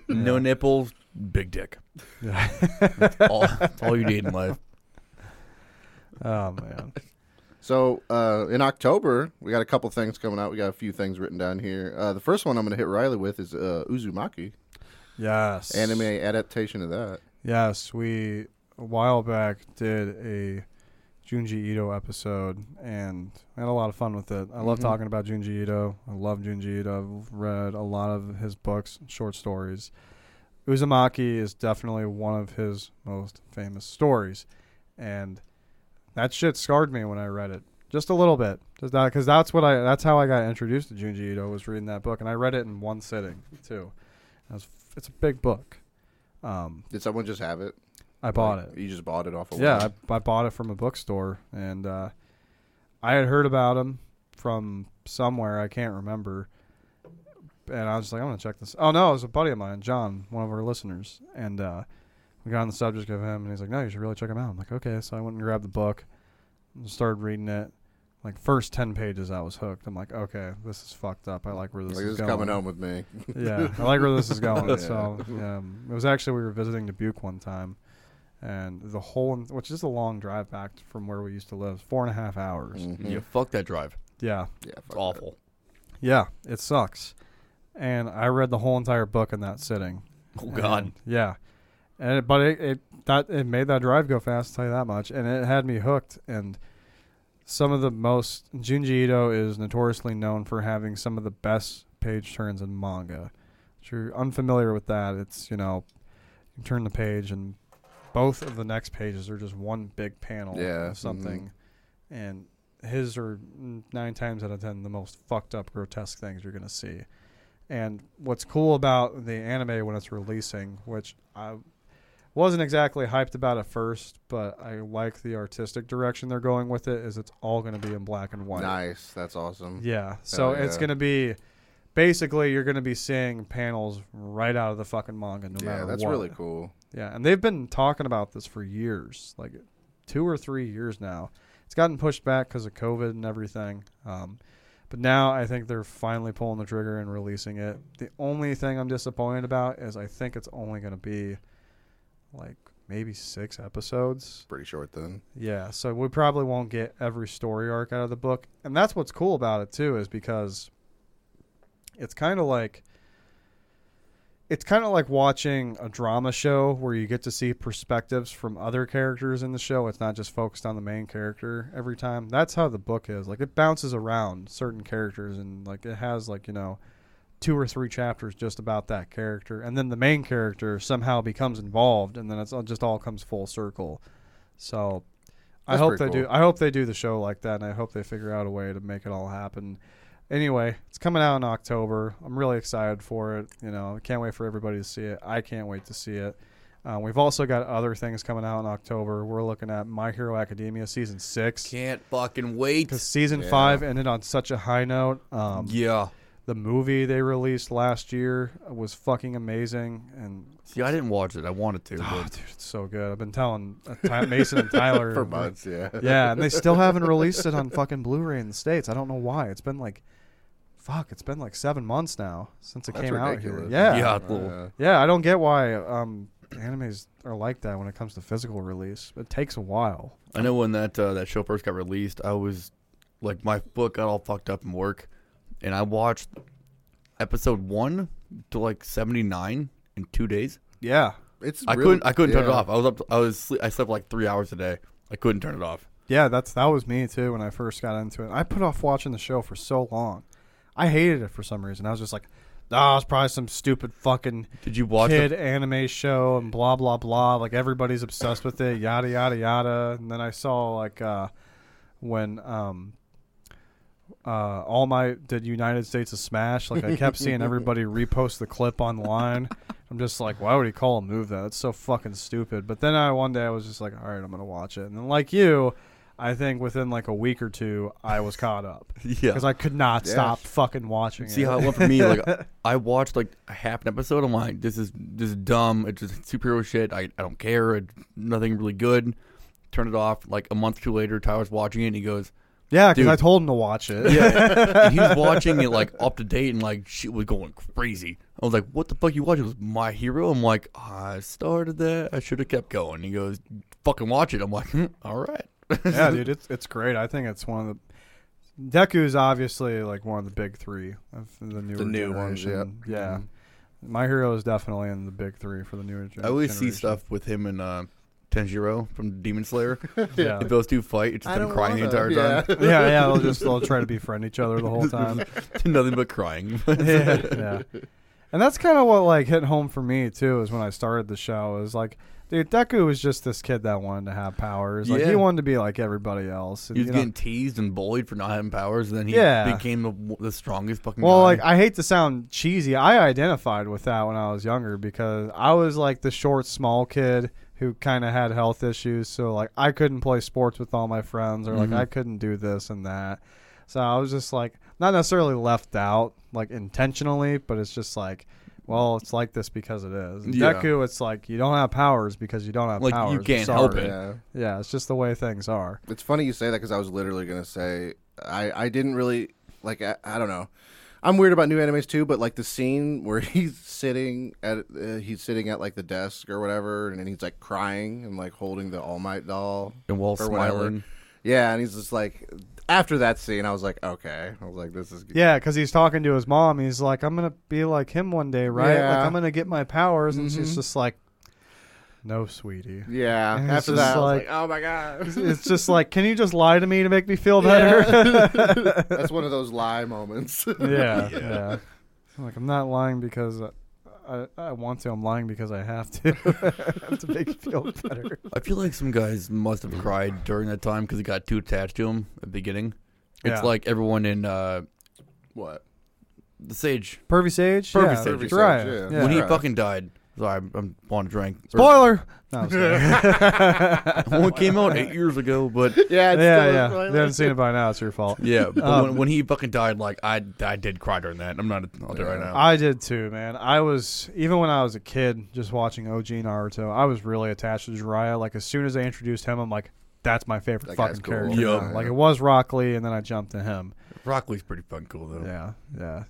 Speaker 2: No nipples, big dick.
Speaker 3: Yeah.
Speaker 2: All, that's all you need in life.
Speaker 3: oh man.
Speaker 1: So uh, in October, we got a couple things coming out. We got a few things written down here. Uh, the first one I'm going to hit Riley with is uh, Uzumaki
Speaker 3: Yes.
Speaker 1: anime adaptation of that.
Speaker 3: Yes, we a while back did a Junji Ito episode and I had a lot of fun with it. I love
Speaker 1: Mhm.
Speaker 3: talking about Junji Ito. I love Junji Ito. I've read a lot of his books, short stories. Uzumaki is definitely one of his most famous stories. And that shit scarred me when I read it. Just a little bit. Just that cuz that's what I that's how I got introduced to Junji Ito was reading that book and I read it in one sitting, too. It was, it's a big book. Um,
Speaker 1: Did someone just have it?
Speaker 3: I bought
Speaker 1: Like, oh,
Speaker 3: it.
Speaker 1: You just bought it off of
Speaker 3: Yeah, I, I bought it from a bookstore, and uh, I had heard about him from somewhere I can't remember. And I was like, I'm gonna check this. Oh no, it was a buddy of mine, John, one of our listeners, and uh, we got on the subject of him, and he's like, No, you should really check him out. I'm like, Okay, so I went and grabbed the book. and started reading it. Like first ten pages, I was hooked. I'm like, okay, this is fucked up. I like where this
Speaker 1: Like,
Speaker 3: is
Speaker 1: this is
Speaker 3: going.
Speaker 1: coming home with me.
Speaker 3: yeah, I like where this is going.
Speaker 1: Yeah.
Speaker 3: So um, it was actually we were visiting Dubuque one time, and the whole which is a long drive back from where we used to live, four and a half hours.
Speaker 1: Mhm.
Speaker 2: Yeah, fuck that drive.
Speaker 3: Yeah,
Speaker 1: Yeah, fuck
Speaker 2: It's
Speaker 1: that.
Speaker 2: awful.
Speaker 3: yeah, it sucks. And I read the whole entire book in that sitting.
Speaker 2: Oh god.
Speaker 3: And, yeah, and it, but it, it that it made that drive go fast. I'll tell you that much, and it had me hooked. And some of the most Junji Ito is notoriously known for having some of the best page turns in manga. If you're unfamiliar with that, it's you know, you turn the page and both of the next pages are just one big panel
Speaker 2: mm-hmm.
Speaker 1: Yeah,
Speaker 3: of something, and his are mm, nine times out of ten the most fucked up grotesque things you're gonna see. And what's cool about the anime when it's releasing, which I wasn't exactly hyped about at first, but I like the artistic direction they're going with it. Is it's all going to be in black and white.
Speaker 1: Nice. That's awesome.
Speaker 3: Yeah. So
Speaker 1: Hell
Speaker 3: it's
Speaker 1: yeah.
Speaker 3: going to be basically you're going to be seeing panels right out of the fucking manga, no
Speaker 1: Yeah,
Speaker 3: matter
Speaker 1: that's
Speaker 3: what.
Speaker 1: really cool.
Speaker 3: Yeah, and they've been talking about this for years, like two or three years now. It's gotten pushed back because of COVID and everything. Um, but now I think they're finally pulling the trigger and releasing it. The only thing I'm disappointed about is I think it's only going to be like maybe six episodes.
Speaker 1: Pretty short then.
Speaker 3: Yeah, so we probably won't get every story arc out of the book. And that's what's cool about it too is because it's kind of like it's kind of like watching a drama show where you get to see perspectives from other characters in the show. It's not just focused on the main character every time. That's how the book is. Like it bounces around certain characters and like it has like, you know, two or three chapters just about that character and then the main character somehow becomes involved and then it's all, just all comes full circle. So I
Speaker 1: That's
Speaker 3: hope they
Speaker 1: pretty
Speaker 3: do.
Speaker 1: cool.
Speaker 3: I hope they do the show like that, and I hope they figure out a way to make it all happen. Anyway, it's coming out in October. I'm really excited for it. You know, I can't wait for everybody to see it. I can't wait to see it. Uh, we've also got other things coming out in October. We're looking at My Hero Academia season six
Speaker 2: Can't fucking wait.
Speaker 3: because season
Speaker 1: Yeah.
Speaker 3: five ended on such a high note. Um,
Speaker 2: Yeah.
Speaker 3: The movie they released last year was fucking amazing, and
Speaker 2: See, I didn't watch it. I wanted to.
Speaker 3: oh,
Speaker 2: But
Speaker 3: dude, it's so good. I've been telling uh, Ty- Mason and Tyler
Speaker 1: For
Speaker 3: like,
Speaker 1: months, yeah.
Speaker 3: yeah, and they still haven't released it on fucking Blu-ray in the states. I don't know why. It's been like, fuck, it's been like seven months now since it
Speaker 1: That's
Speaker 3: came out
Speaker 1: ridiculous.
Speaker 3: here. Yeah,
Speaker 2: yeah,
Speaker 3: yeah,
Speaker 2: it's a little-
Speaker 1: Yeah.
Speaker 3: I don't get why um, animes are like that when it comes to physical release. It takes a while.
Speaker 2: I know when that uh, that show first got released, I was like, my book got all fucked up in work, and I watched episode one to like seventy nine in two days.
Speaker 3: Yeah,
Speaker 1: It's
Speaker 2: I
Speaker 1: really-
Speaker 2: couldn't. I couldn't turn it
Speaker 1: yeah.
Speaker 2: off. I was up. I was. Sleep, I slept like three hours a day. I couldn't turn it off.
Speaker 3: yeah, that's that was me too when I first got into it. I put off watching the show for so long. I hated it for some reason. I was just like, ah, it's probably some stupid fucking
Speaker 2: Did you watch
Speaker 3: kid
Speaker 2: it?
Speaker 3: anime show and blah blah blah. Like everybody's obsessed with it, yada yada yada. And then I saw like uh, when um, uh, All Might did United States of Smash. Like I kept seeing everybody repost the clip online. I'm just like, why would he call a move that? That's so fucking stupid. But then I one day I was just like, all right, I'm gonna watch it. And then like you. I think within like a week or two, I was caught up
Speaker 2: Yeah.
Speaker 3: because I could not
Speaker 1: Yeah.
Speaker 3: stop fucking watching
Speaker 2: See
Speaker 3: it.
Speaker 2: how it went for me. Like I watched like a half an episode. I'm like, this is this is dumb. It's just superhero shit. I, I don't care. It's nothing really good. Turned it off. Like a month or two later, Tyler's watching it and he goes,
Speaker 3: yeah, because
Speaker 2: Dude.
Speaker 3: I told him to watch it.
Speaker 2: yeah. and he's watching it like up to date and like shit was going crazy. I was like, what the fuck you watching? It was My Hero. I'm like, I started that. I should have kept going. He goes, fucking watch it. I'm like, hmm, all right.
Speaker 3: yeah, dude, it's it's great. I think it's one of the Deku's obviously like one of the big three of the newer
Speaker 1: new ones,
Speaker 3: generation. Yeah, my hero is definitely in the big three for the newer generation.
Speaker 2: Mm-hmm. I always see stuff with him and uh, Tanjiro from Demon Slayer.
Speaker 3: Yeah,
Speaker 2: If those two fight, it's
Speaker 1: I
Speaker 2: just them
Speaker 1: don't
Speaker 2: crying the
Speaker 1: wanna.
Speaker 2: entire
Speaker 1: Yeah.
Speaker 2: time.
Speaker 3: yeah, yeah. They'll just they'll try to befriend each other the whole time.
Speaker 2: Nothing but crying.
Speaker 3: yeah, yeah. And that's kind of what like hit home for me too is when I started the show is like, dude, Deku was just this kid that wanted to have powers. Like
Speaker 2: Yeah.
Speaker 3: he wanted to be like everybody else. and,
Speaker 2: He was
Speaker 3: you know-
Speaker 2: getting teased and bullied for not having powers, and then he
Speaker 3: Yeah.
Speaker 2: became the, the strongest fucking.
Speaker 3: Well,
Speaker 2: guy.
Speaker 3: like I hate to sound cheesy, I identified with that when I was younger because I was like the short, small kid who kind of had health issues. So like I couldn't play sports with all my friends, or like
Speaker 2: Mm-hmm.
Speaker 3: I couldn't do this and that. So I was just like not necessarily left out like intentionally, but it's just like well, it's like this because it is. In
Speaker 2: Yeah.
Speaker 3: Deku, it's like you don't have powers because you don't have
Speaker 2: Like, you
Speaker 3: powers. I'm
Speaker 2: can't help
Speaker 3: sorry.
Speaker 2: it.
Speaker 1: Yeah.
Speaker 3: Yeah, it's just the way things are.
Speaker 1: It's funny you say that because I was literally going to say I, I didn't really like I, I don't know. I'm weird about new animes too, but like the scene where he's sitting at uh, he's sitting at like the desk or whatever, and then he's like crying and like holding the All Might doll
Speaker 2: And Wall
Speaker 1: or whatever.
Speaker 2: smiling.
Speaker 1: Yeah, and he's just like after that scene, I was like, okay, I was like, this is
Speaker 3: Yeah, because he's talking to his mom. He's like, "I'm gonna be like him one day, right?
Speaker 1: Yeah.
Speaker 3: Like I'm gonna get my powers." And she's just like, "No, sweetie."
Speaker 1: Yeah,
Speaker 3: And it's
Speaker 1: after
Speaker 3: just
Speaker 1: that, I was like,
Speaker 3: like-
Speaker 1: oh my god,
Speaker 3: It's just like, can you just lie to me to make me feel better?
Speaker 1: that's one of those lie moments.
Speaker 3: yeah, yeah. I'm like, I'm not lying because I, I, I want to. I'm lying because I have to. I have to make you feel better.
Speaker 2: I feel like some guys must have cried during that time because it got too attached to him at the beginning. It's
Speaker 3: Yeah.
Speaker 2: like everyone in uh,
Speaker 1: what?
Speaker 2: the Sage
Speaker 3: Pervy Sage.
Speaker 2: Pervy
Speaker 3: yeah,
Speaker 2: Sage.
Speaker 3: that's
Speaker 1: Pervy Sage,
Speaker 3: right.
Speaker 1: yeah.
Speaker 3: Yeah.
Speaker 2: when he
Speaker 1: Right.
Speaker 2: fucking died. Sorry, I'm, I'm on a drink.
Speaker 3: Spoiler. No, I'm just kidding.
Speaker 2: One came out eight years ago, but
Speaker 1: Yeah, it's
Speaker 3: yeah,
Speaker 1: still-
Speaker 3: yeah. If you haven't seen it by now. It's your fault.
Speaker 2: yeah. But when,
Speaker 3: Um,
Speaker 2: when he fucking died, like I, I did cry during that. I'm not. I'll do it
Speaker 1: Oh.
Speaker 2: right now.
Speaker 3: I did too, man. I was even when I was a kid, just watching OG Naruto. I was really attached to Jiraiya. Like as soon as they introduced him, I'm like, that's my favorite
Speaker 1: That guy's
Speaker 3: fucking
Speaker 1: cool.
Speaker 3: character.
Speaker 2: Yeah.
Speaker 3: now. Like it was Rock Lee, and then I jumped to him.
Speaker 2: Broccoli's pretty fucking cool though.
Speaker 3: Yeah, yeah.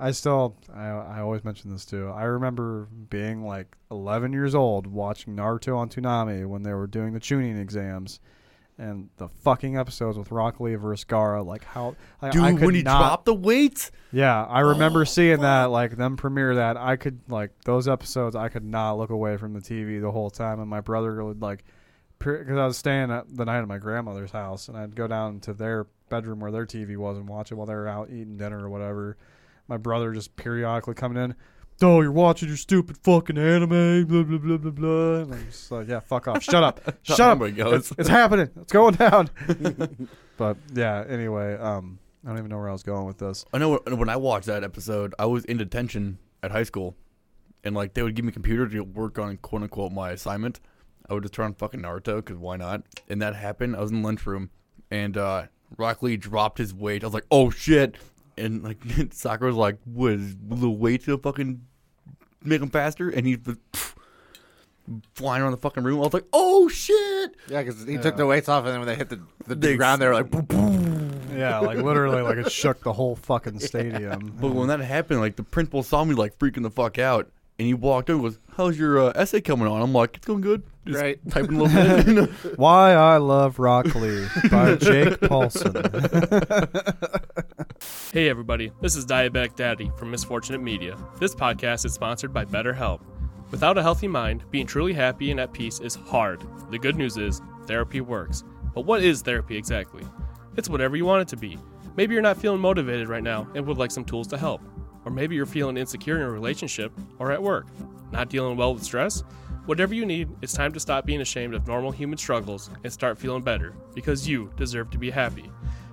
Speaker 3: I still, I, I always mention this too. I remember being like 11 years old watching Naruto on Toonami when they were doing the tuning exams, and the fucking episodes with Rock Lee versus Gara. Like how, like,
Speaker 2: Dude,
Speaker 3: I could
Speaker 2: when he
Speaker 3: not,
Speaker 2: dropped the weights,
Speaker 3: yeah, I remember seeing that, like them premiere that. I could like those episodes. I could not look away from the TV the whole time, and my brother would like because I was staying at the night at my grandmother's house, and I'd go down to their bedroom where their TV was and watch it while they were out eating dinner or whatever. My brother just periodically coming in. Oh, you're watching your stupid fucking anime, blah blah blah blah blah. And I'm just like, yeah, fuck off, shut up, shut up.
Speaker 2: It goes.
Speaker 3: It's happening. It's going down. but yeah, anyway, um, I don't even know where I was going with this.
Speaker 2: I know when when I watched that episode, I was in detention at high school, and like they would give me a computer to work on quote unquote my assignment. I would just turn on fucking Naruto because why not? And that happened. I was in the lunchroom, and uh, Rock Lee dropped his weight. I was like, oh shit! And like Sakura was like, was the weight to fucking make him faster? And he's flying around the fucking room. I was like, oh shit!
Speaker 1: Yeah, because he took the weights off, and then when they hit the, the
Speaker 2: They-
Speaker 1: ground, they were like, boom, boom.
Speaker 3: Yeah, like literally, like it shook the whole fucking stadium.
Speaker 2: But when that happened, like the principal saw me like freaking the fuck out, and he walked over and goes, "How's your uh, essay coming on?" I'm like, "It's going good." Just
Speaker 1: Right.
Speaker 2: Typing a little bit. you know?
Speaker 3: Why I Love Rock Lee by Jake Paulson.
Speaker 7: Hey everybody, this is Diabetic Daddy from Misfortunate Media. This podcast is sponsored by BetterHelp. Without a healthy mind, being truly happy and at peace is hard. The good news is, therapy works. But what is therapy exactly? It's whatever you want it to be. Maybe you're not feeling motivated right now and would like some tools to help. Or maybe you're feeling insecure in a relationship or at work. Not dealing well with stress? Whatever you need, it's time to stop being ashamed of normal human struggles and start feeling better because you deserve to be happy.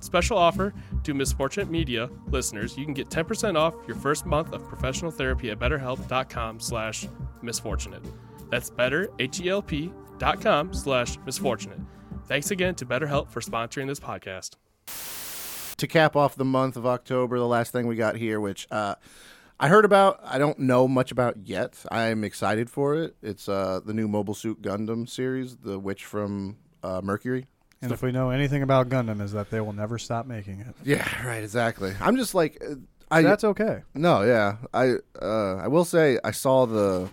Speaker 7: Special offer to Misfortunate Media listeners: you can get 10% off your first month of professional therapy at BetterHelp.com/slash misfortunate. That's better H E L P dot com slash misfortunate. Thanks again to BetterHelp for sponsoring this podcast.
Speaker 1: to cap off the month of October, the last thing we got here, which uh, I heard about, I don't know much about yet. I'm excited for it. It's uh, the new Mobile Suit Gundam series, The Witch from uh, Mercury.
Speaker 3: And if we know anything about Gundam, is that they will never stop making it.
Speaker 1: Yeah, right, exactly. I'm just like, uh, I
Speaker 3: That's okay.
Speaker 1: no, yeah, I uh, I will say I saw the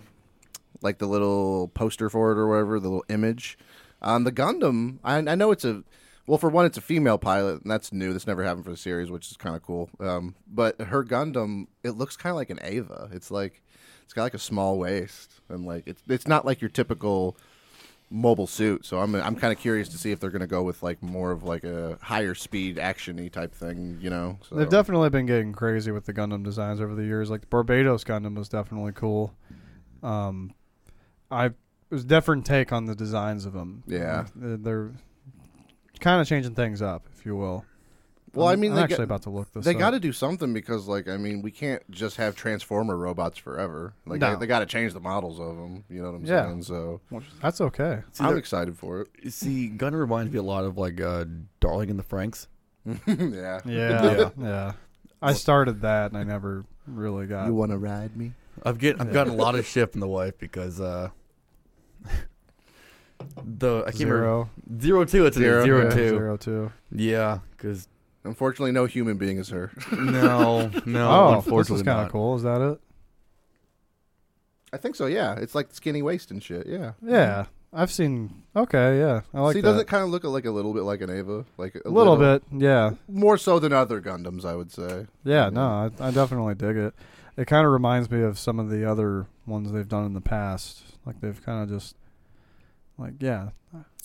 Speaker 1: like the little poster for it or whatever, the little image. Um, the Gundam, I, I know it's a well, for one, it's a female pilot, and that's new. That's never happened for the series, which is kind of cool. Um, but her Gundam, it looks kind of like an Ava. It's like it's got like a small waist, and like it's it's not like your typical mobile suit. So I'm I'm kind of curious to see if they're gonna go with like more of like a higher speed actiony type thing, you know? So.
Speaker 3: They've definitely been getting crazy with the Gundam designs over the years. Like the Barbados Gundam was definitely cool. Um, I it was different take on the designs of them.
Speaker 1: Yeah.
Speaker 3: They're, kind of changing things up, if you will.
Speaker 1: Well, I
Speaker 3: I'm-
Speaker 1: mean,
Speaker 3: I'm
Speaker 1: they
Speaker 3: actually
Speaker 1: got-
Speaker 3: about to look this.
Speaker 1: They
Speaker 3: up.
Speaker 1: got to do something because, like, I mean, we can't just have Transformer robots forever. Like,
Speaker 3: No.
Speaker 1: they, got to change the models of them. You know what I'm
Speaker 3: Yeah.
Speaker 1: saying? So
Speaker 3: That's okay.
Speaker 1: I'm excited for it.
Speaker 2: See, Gunner reminds me a lot of like uh, Darling in the Franks.
Speaker 1: yeah.
Speaker 3: Yeah, yeah. I started that and I never really got.
Speaker 1: want to ride me?
Speaker 2: I've get I've gotten a lot of shit from the wife because uh, the I can't remember
Speaker 3: Zero.
Speaker 2: zero two. It's zero,
Speaker 1: Zero,
Speaker 2: zero
Speaker 3: Yeah,
Speaker 2: two.
Speaker 3: zero two.
Speaker 2: Yeah, because
Speaker 1: Unfortunately, no human being is her.
Speaker 2: no, no.
Speaker 3: Oh,
Speaker 2: unfortunately,
Speaker 3: this is kind of
Speaker 2: not.
Speaker 3: cool. Is that it?
Speaker 1: I think so. Yeah, it's like skinny waist and shit. Yeah.
Speaker 3: Yeah, I've seen. Okay, yeah, I like
Speaker 1: See,
Speaker 3: that.
Speaker 1: doesn't it kind of look like a little bit like an Ava? Like a
Speaker 3: a little bit. Yeah,
Speaker 1: more so than other Gundams, I would say.
Speaker 3: yeah. No, I, I definitely dig it. It kind of reminds me of some of the other ones they've done in the past. Like they've kind of just, like yeah,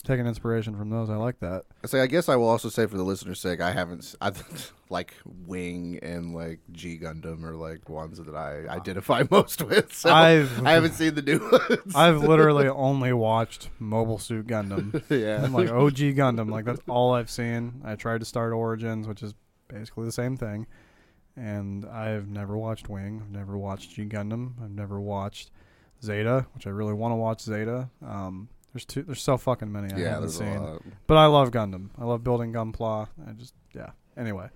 Speaker 3: taken inspiration from those. I like that.
Speaker 1: I say, I guess I will also say for the listener's sake, I haven't s- I like Wing and like G Gundam are like ones that I identify most with. So
Speaker 3: I've-
Speaker 1: I haven't seen the new ones.
Speaker 3: I've literally only watched Mobile Suit Gundam.
Speaker 1: yeah.
Speaker 3: I'm like OG Gundam. Like that's all I've seen. I tried to start Origins, which is basically the same thing. And I've never watched Wing. I've never watched G Gundam. I've never watched Zeta, which I really want to watch Zeta. Um, there's two. There's so fucking many I
Speaker 1: yeah,
Speaker 3: haven't
Speaker 1: there's a
Speaker 3: seen.
Speaker 1: lot.
Speaker 3: But I love Gundam. I love building Gunpla. I just yeah. Anyway,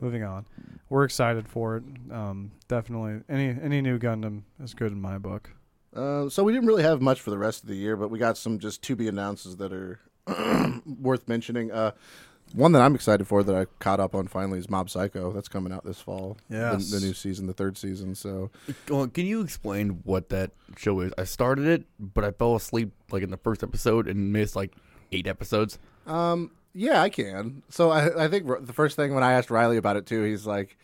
Speaker 3: moving on. We're excited for it. Um, definitely any any new Gundam is good in my book.
Speaker 1: Uh, so we didn't really have much for the rest of the year, but we got some just to be announces that are worth mentioning. Uh, one that I'm excited for that I caught up on finally is Mob Psycho. That's coming out this fall. Yeah,
Speaker 3: Yes.
Speaker 1: The, the new season, the third season. So
Speaker 2: Well, can you explain what that show is? I started it, but I fell asleep like in the first episode and missed like eight episodes.
Speaker 1: Um, yeah, I can. So I, I think r- the first thing when I asked Riley about it too, he's like,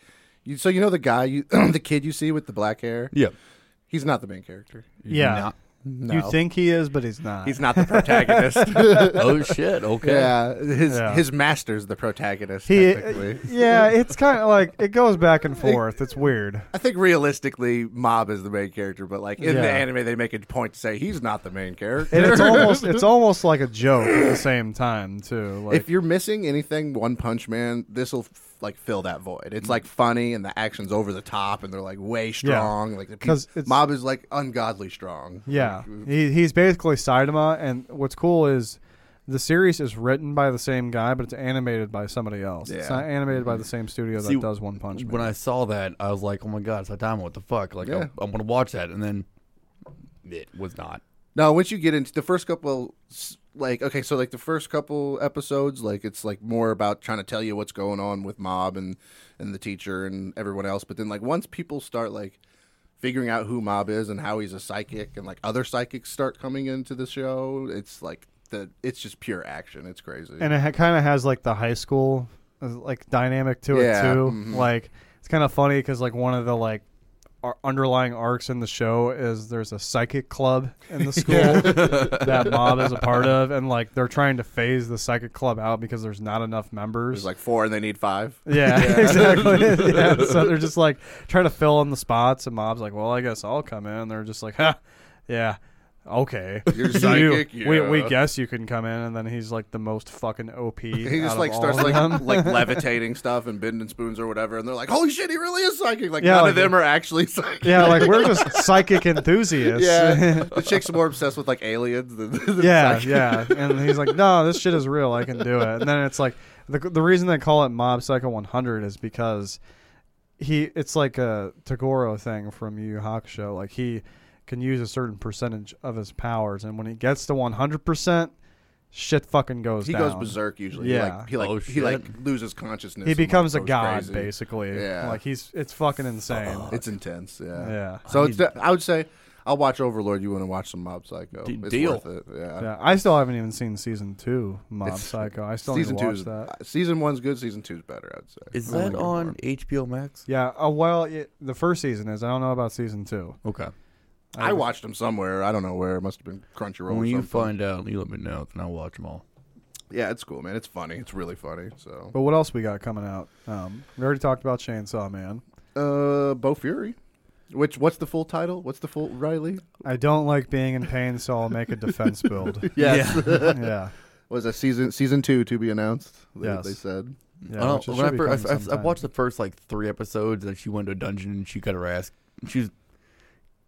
Speaker 1: you, "So you know the guy, you, the kid you see with the black hair?
Speaker 2: Yeah,
Speaker 1: He's not the main character.
Speaker 3: Yeah.
Speaker 1: No,
Speaker 3: You think he is, but he's not.
Speaker 1: he's not the protagonist?
Speaker 2: oh shit. Okay.
Speaker 1: yeah, his
Speaker 3: Yeah.
Speaker 1: his master's the protagonist.
Speaker 3: He, uh,
Speaker 1: technically,
Speaker 3: yeah, it's kind of like it goes back and forth. It's weird.
Speaker 1: I think realistically, Mob is the main character, but like in
Speaker 3: Yeah.
Speaker 1: the anime, they make a point to say he's not the main character.
Speaker 3: And it's almost it's almost like a joke at the same time too. Like
Speaker 1: if you're missing anything, One Punch Man, this will f- like fill that void. It's like funny, and the action's over the top, and they're like way strong. Like the
Speaker 3: 'Cause
Speaker 1: peop-
Speaker 3: it's-
Speaker 1: mob is like ungodly strong.
Speaker 3: yeah, he, he's basically Saitama. And what's cool is the series is written by the same guy, but it's animated by somebody else. It's
Speaker 1: Yeah.
Speaker 3: not animated by the same studio
Speaker 2: See,
Speaker 3: that does One Punch Man.
Speaker 2: When I saw that, I was like, "Oh my god, Saitama! What the fuck? Like,
Speaker 1: Yeah.
Speaker 2: I, I want to watch that." And then it was not.
Speaker 1: Now, once you get into the first couple, s- like okay, so like the first couple episodes, like it's like more about trying to tell you what's going on with Mob and and the teacher and everyone else. But then like once people start like figuring out who Mob is and how he's a psychic, and like other psychics start coming into the show, it's like the it's just pure action. It's crazy.
Speaker 3: and it ha- kind of has like the high school uh, like dynamic to
Speaker 1: Yeah,
Speaker 3: it too.
Speaker 1: mhm.
Speaker 3: Like it's kind of funny because like one of the like ar- underlying arcs in the show is there's a psychic club in the school that mob is a part of, and like they're trying to phase the psychic club out because there's not enough members.
Speaker 1: There's like four, and they need five.
Speaker 3: yeah, exactly. yeah, so they're just like trying to fill in the spots, and mob's like, "Well, I guess I'll come in." And they're just like, "Ha, yeah." Okay,
Speaker 1: You're
Speaker 3: You-
Speaker 1: psychic,
Speaker 3: We,
Speaker 1: yeah.
Speaker 3: we guess you can come in, and then he's like the most fucking op.
Speaker 1: He just like starts like like levitating stuff and bending spoons or whatever, and they're like, "Holy shit, he really is psychic!" Like
Speaker 3: Yeah,
Speaker 1: none
Speaker 3: like-
Speaker 1: of them are actually psychic.
Speaker 3: yeah, like we're just psychic enthusiasts.
Speaker 1: yeah. the chick's more obsessed with like aliens than, than
Speaker 3: yeah,
Speaker 1: psychic.
Speaker 3: yeah. And he's like, no, this shit is real. I can do it. And then it's like the the reason they call it Mob Psycho 100 is because he it's like a Tagoro thing from Yu Yu Hakusho. Like he can use a certain percentage of his powers, and when he gets to 100, percent shit fucking goes.
Speaker 1: He goes
Speaker 3: down.
Speaker 1: berserk usually.
Speaker 3: Yeah.
Speaker 1: He like he
Speaker 2: Oh,
Speaker 1: like, he, like
Speaker 2: shit.
Speaker 1: loses consciousness.
Speaker 3: He
Speaker 1: and, like,
Speaker 3: becomes a
Speaker 1: goes
Speaker 3: god,
Speaker 1: crazy.
Speaker 3: basically.
Speaker 1: Yeah.
Speaker 3: Like he's it's fucking insane.
Speaker 1: It's intense. Yeah.
Speaker 3: Yeah.
Speaker 1: So it's I would say I'll watch Overlord. You want to watch some Mob Psycho?
Speaker 2: D-
Speaker 1: it's
Speaker 2: deal.
Speaker 1: worth it. Yeah.
Speaker 3: yeah, I still haven't even seen season two Mob
Speaker 1: It's-
Speaker 3: Psycho. I still
Speaker 1: Season
Speaker 3: need to
Speaker 1: two
Speaker 3: watch
Speaker 1: is
Speaker 3: that.
Speaker 1: uh, season one's good. Season two's better. I'd say.
Speaker 2: Is
Speaker 1: I
Speaker 2: that
Speaker 1: like it
Speaker 2: on
Speaker 1: more.
Speaker 2: HBO Max?
Speaker 3: Yeah, uh, well, it, the first season is. I don't know about season two.
Speaker 2: Okay.
Speaker 1: I watched them somewhere. I don't know where. It must have been Crunchyroll. or
Speaker 2: When you
Speaker 1: something.
Speaker 2: find out, you let me know, and I'll watch them all.
Speaker 1: Yeah, it's cool, man. It's funny. It's really funny. So,
Speaker 3: But what else we got coming out? Um, we already talked about Chainsaw Man.
Speaker 1: uh, Bo Fury. Which what's the full title? What's the full Riley?
Speaker 3: I don't like being in pain, so I'll make a defense build.
Speaker 1: Yes.
Speaker 3: yeah.
Speaker 1: was that season season two to be announced? They,
Speaker 3: Yes.
Speaker 1: they said.
Speaker 3: Yeah,
Speaker 2: I
Speaker 3: which
Speaker 2: don't,
Speaker 3: it
Speaker 2: when I
Speaker 3: should be
Speaker 2: first,
Speaker 3: coming
Speaker 2: I've, I've
Speaker 3: sometime.
Speaker 2: watched the first like three episodes, and she went to a dungeon and she got her ass. She was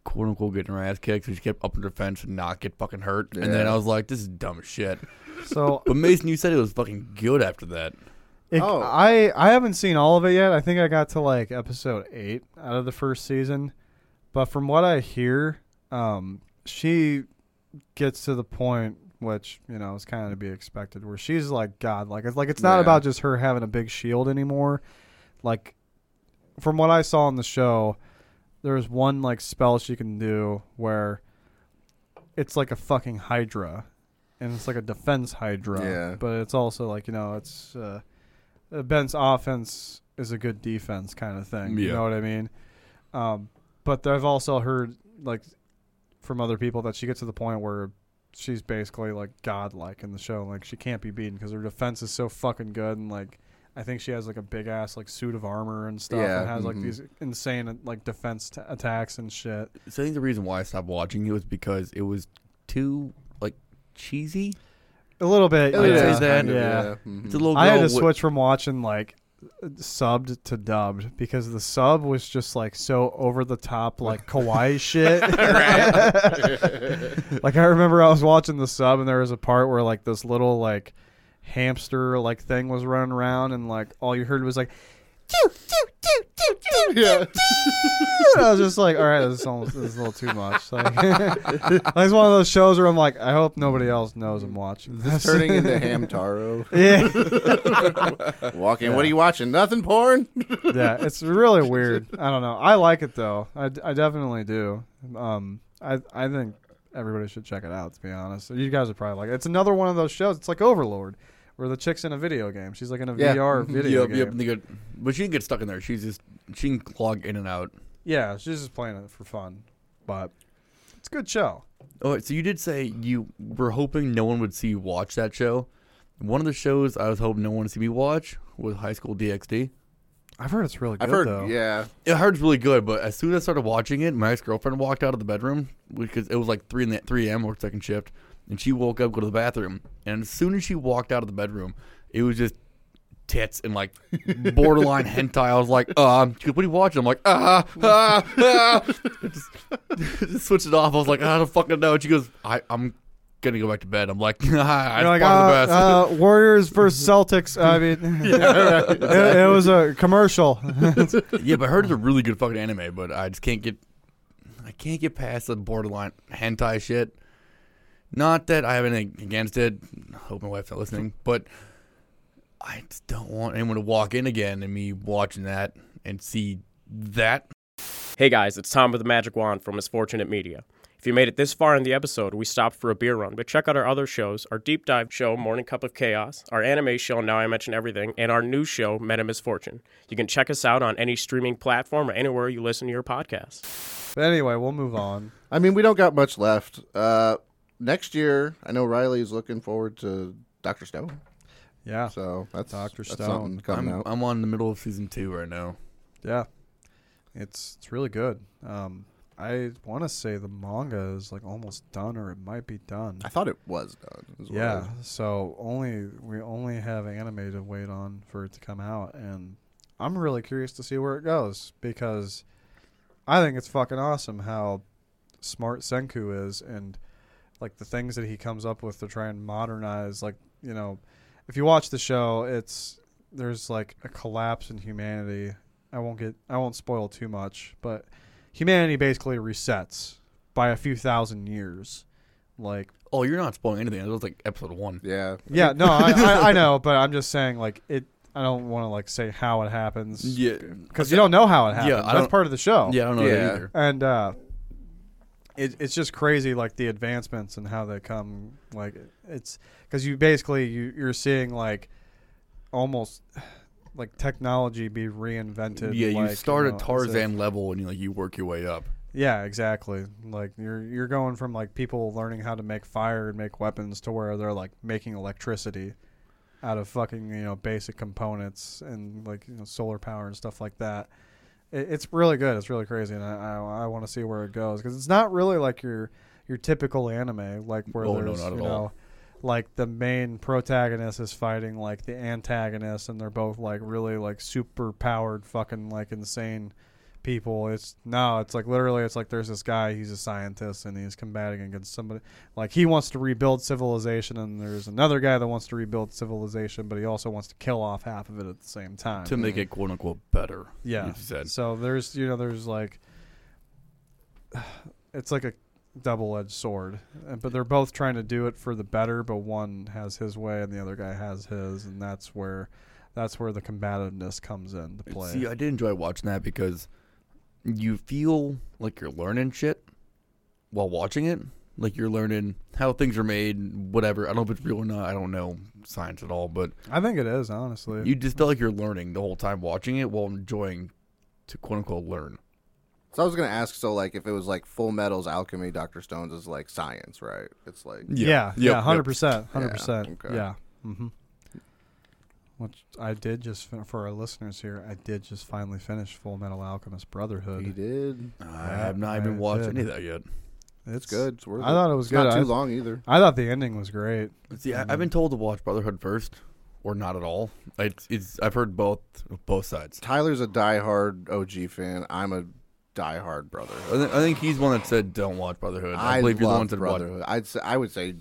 Speaker 2: quote unquote getting her ass kicked, so she kept up in defense and not get fucking hurt. And then
Speaker 1: Yeah.
Speaker 2: I was like, this is dumb as shit.
Speaker 3: So
Speaker 2: But Mason, you said it was fucking good after that.
Speaker 3: it,
Speaker 1: Oh.
Speaker 3: I I haven't seen all of it yet. I think I got to like episode eight out of the first season, but from what I hear, um, she gets to the point which you know is kind of to be expected, where she's like God, like it's like it's not
Speaker 1: Yeah.
Speaker 3: about just her having a big shield anymore. Like from what I saw in the show, there's one like spell she can do where it's like a fucking hydra and it's like a defense hydra
Speaker 1: Yeah.
Speaker 3: but it's also like you know it's uh, ben's offense is a good defense kind of thing you
Speaker 2: Yeah.
Speaker 3: know what i mean um, but i've also heard like from other people that she gets to the point where she's basically like godlike in the show like she can't be beaten because her defense is so fucking good and like i think she has like a big ass like suit of armor and stuff
Speaker 1: Yeah,
Speaker 3: and has like
Speaker 1: mhm.
Speaker 3: these insane like defense t- attacks and shit
Speaker 2: So I think the reason why I stopped watching it was because it was too like cheesy.
Speaker 3: a little bit
Speaker 2: Oh, I'd
Speaker 3: yeah.
Speaker 2: say that,
Speaker 1: Kind of,
Speaker 3: yeah.
Speaker 1: Mhm.
Speaker 2: It's a little.
Speaker 3: I had
Speaker 2: girl
Speaker 3: to
Speaker 2: wi-
Speaker 3: switch from watching like subbed to dubbed because the sub was just like so over the top like kawaii shit. like I remember I was watching the sub and there was a part where like this little like hamster like thing was running around and like all you heard was like
Speaker 1: Yeah.
Speaker 3: I was just like, all right, this is almost this is a little too much. Like, it's one of those shows where I'm like, I hope nobody else knows I'm watching.
Speaker 1: It's
Speaker 3: This
Speaker 1: turning into Hamtaro.
Speaker 3: yeah.
Speaker 1: Walking. What are you watching? Nothing porn.
Speaker 3: yeah, it's really weird. I don't know. I like it though. I, d- I definitely do. Um, I I think everybody should check it out. To be honest, you guys are probably like it. it's another one of those shows. It's like Overlord, where the chick's in a video game. She's like in a
Speaker 1: Yeah. Mm-hmm.
Speaker 3: VR video
Speaker 2: Yep, yep.
Speaker 3: game.
Speaker 2: they got- But she didn't get stuck in there. She's just she can clog in and out.
Speaker 3: Yeah, she's just playing it for fun, but it's a good show.
Speaker 2: Oh, so you did say you were hoping no one would see you watch that show. One of the shows I was hoping no one would see me watch was High School DxD.
Speaker 3: I've heard it's really good
Speaker 1: I've heard.
Speaker 3: though.
Speaker 1: Yeah.
Speaker 2: It heard really good, but as soon as I started watching it, my ex girlfriend walked out of the bedroom because it was like three in the three a.m. or second shift, and she woke up, go to the bathroom, and as soon as she walked out of the bedroom, it was just tits and like borderline hentai. I was like, um, she goes, what are you watching? I'm like, ah, ah, ah. just, just switched it off. I was like, I don't fucking know. And she goes, I, I'm gonna go back to bed. I'm like, ah,
Speaker 3: You're
Speaker 2: it's
Speaker 3: like,
Speaker 2: part of the best.
Speaker 3: uh, uh, Warriors versus Celtics. I mean, it, it was a commercial.
Speaker 2: yeah, but I heard it's a really good fucking anime, but I just can't get I can't get past the borderline hentai shit. Not that I have anything against it. I hope my wife's not listening, but I just don't want anyone to walk in again and me watching that and see that.
Speaker 9: Hey guys, it's Tom with the Magic Wand from Misfortunate Media. If you made it this far in the episode, we stopped for a beer run, but check out our other shows our deep dive show, Morning Cup of Chaos, our anime show, Now I Mention Everything, and our new show, Meta Misfortune. You can check us out on any streaming platform or anywhere you listen to your podcast.
Speaker 3: but anyway, we'll move on.
Speaker 1: I mean, we don't got much left. Uh, next year, I know Riley's looking forward to Doctor Stone.
Speaker 3: Yeah,
Speaker 1: So that's
Speaker 3: Dr.
Speaker 1: that's
Speaker 3: Stone.
Speaker 1: something coming
Speaker 2: I'm,
Speaker 1: out.
Speaker 2: I'm on the middle of season two right now.
Speaker 3: Yeah, it's it's really good. Um, I want to say the manga is like almost done, or it might be done.
Speaker 1: I thought it was done. is what
Speaker 3: Yeah,
Speaker 1: I-
Speaker 3: so only we only have anime to wait on for it to come out, and I'm really curious to see where it goes because I think it's fucking awesome how smart Senku is and like the things that he comes up with to try and modernize. Like you know, if you watch the show, it's there's like a collapse in humanity. I won't get I won't spoil too much, but humanity basically resets by a few thousand years. Like
Speaker 2: Oh, you're not spoiling anything. That was like episode one.
Speaker 1: Yeah.
Speaker 3: yeah, no, I, I, I know, but I'm just saying, like it. I don't want to like say how it happens because
Speaker 2: Yeah,
Speaker 3: you don't know how it happens.
Speaker 2: Yeah, I
Speaker 3: That's
Speaker 2: don't-
Speaker 3: part of the show.
Speaker 2: yeah, I don't know
Speaker 1: Oh. Yeah.
Speaker 2: that either.
Speaker 3: and uh, it, it's just crazy, like the advancements and how they come. Like it's because you basically you, you're seeing like almost like technology be reinvented.
Speaker 2: Yeah,
Speaker 3: like,
Speaker 2: you start
Speaker 3: know,
Speaker 2: at
Speaker 3: it's a-
Speaker 2: Tarzan level and you like you work your way up.
Speaker 3: yeah, exactly. Like you're you're going from like people learning how to make fire and make weapons to where they're like making electricity out of fucking you know basic components and like you know solar power and stuff like that. it, it's really good. It's really crazy, and I I, I want to see where it goes because it's not really like your your typical anime, like where
Speaker 2: Oh, no,
Speaker 3: there's
Speaker 2: not at
Speaker 3: you
Speaker 2: all.
Speaker 3: know like the main protagonist is fighting like the antagonist, and they're both like really like super powered, fucking like insane people. It's no, it's like literally, it's like there's this guy, he's a scientist, and he's combating against somebody. Like he wants to rebuild civilization, and there's another guy that wants to rebuild civilization, but he also wants to kill off half of it at the same time.
Speaker 2: to make it quote unquote better.
Speaker 3: Yeah.
Speaker 2: you said.
Speaker 3: So there's you know there's like it's like a double-edged sword, Uh, but they're both trying to do it for the better, but one has his way and the other guy has his, and that's where that's where the combativeness comes into play.
Speaker 2: See, I did enjoy watching that because you feel like you're learning shit while watching it. Like you're learning how things are made, whatever. I don't know if it's real or not. I don't know science at all, but
Speaker 3: I think it is honestly.
Speaker 2: you just feel like you're learning the whole time watching it while enjoying to quote unquote learn.
Speaker 1: So I was gonna ask, so like if it was like Full Metal's Alchemy, Doctor Stone's is like science, right? It's like
Speaker 3: yeah,
Speaker 2: Yep.
Speaker 3: yeah,
Speaker 2: Yep.
Speaker 3: hundred percent, hundred percent,
Speaker 1: okay.
Speaker 3: yeah. Mm-hmm. Which I did just fin- for our listeners here, I did just finally finish Full Metal Alchemist Brotherhood.
Speaker 1: he did.
Speaker 2: I have not
Speaker 3: I
Speaker 2: even watched
Speaker 3: did.
Speaker 2: any of that yet.
Speaker 1: It's good. It's worth
Speaker 3: I thought it was
Speaker 1: It's
Speaker 3: good.
Speaker 1: Not
Speaker 3: I-
Speaker 1: too long either.
Speaker 3: I thought the ending was great.
Speaker 2: See, I, I've been told to watch Brotherhood first, or not at all. It's, it's I've heard both both sides.
Speaker 1: Tyler's a diehard OG fan. I'm a diehard
Speaker 2: I,
Speaker 1: Brotherhood.
Speaker 2: th- I think he's one that said don't watch Brotherhood. I,
Speaker 1: I,
Speaker 2: believe you're the
Speaker 1: love
Speaker 2: one that watched.
Speaker 1: Brotherhood. I'd say, I would say,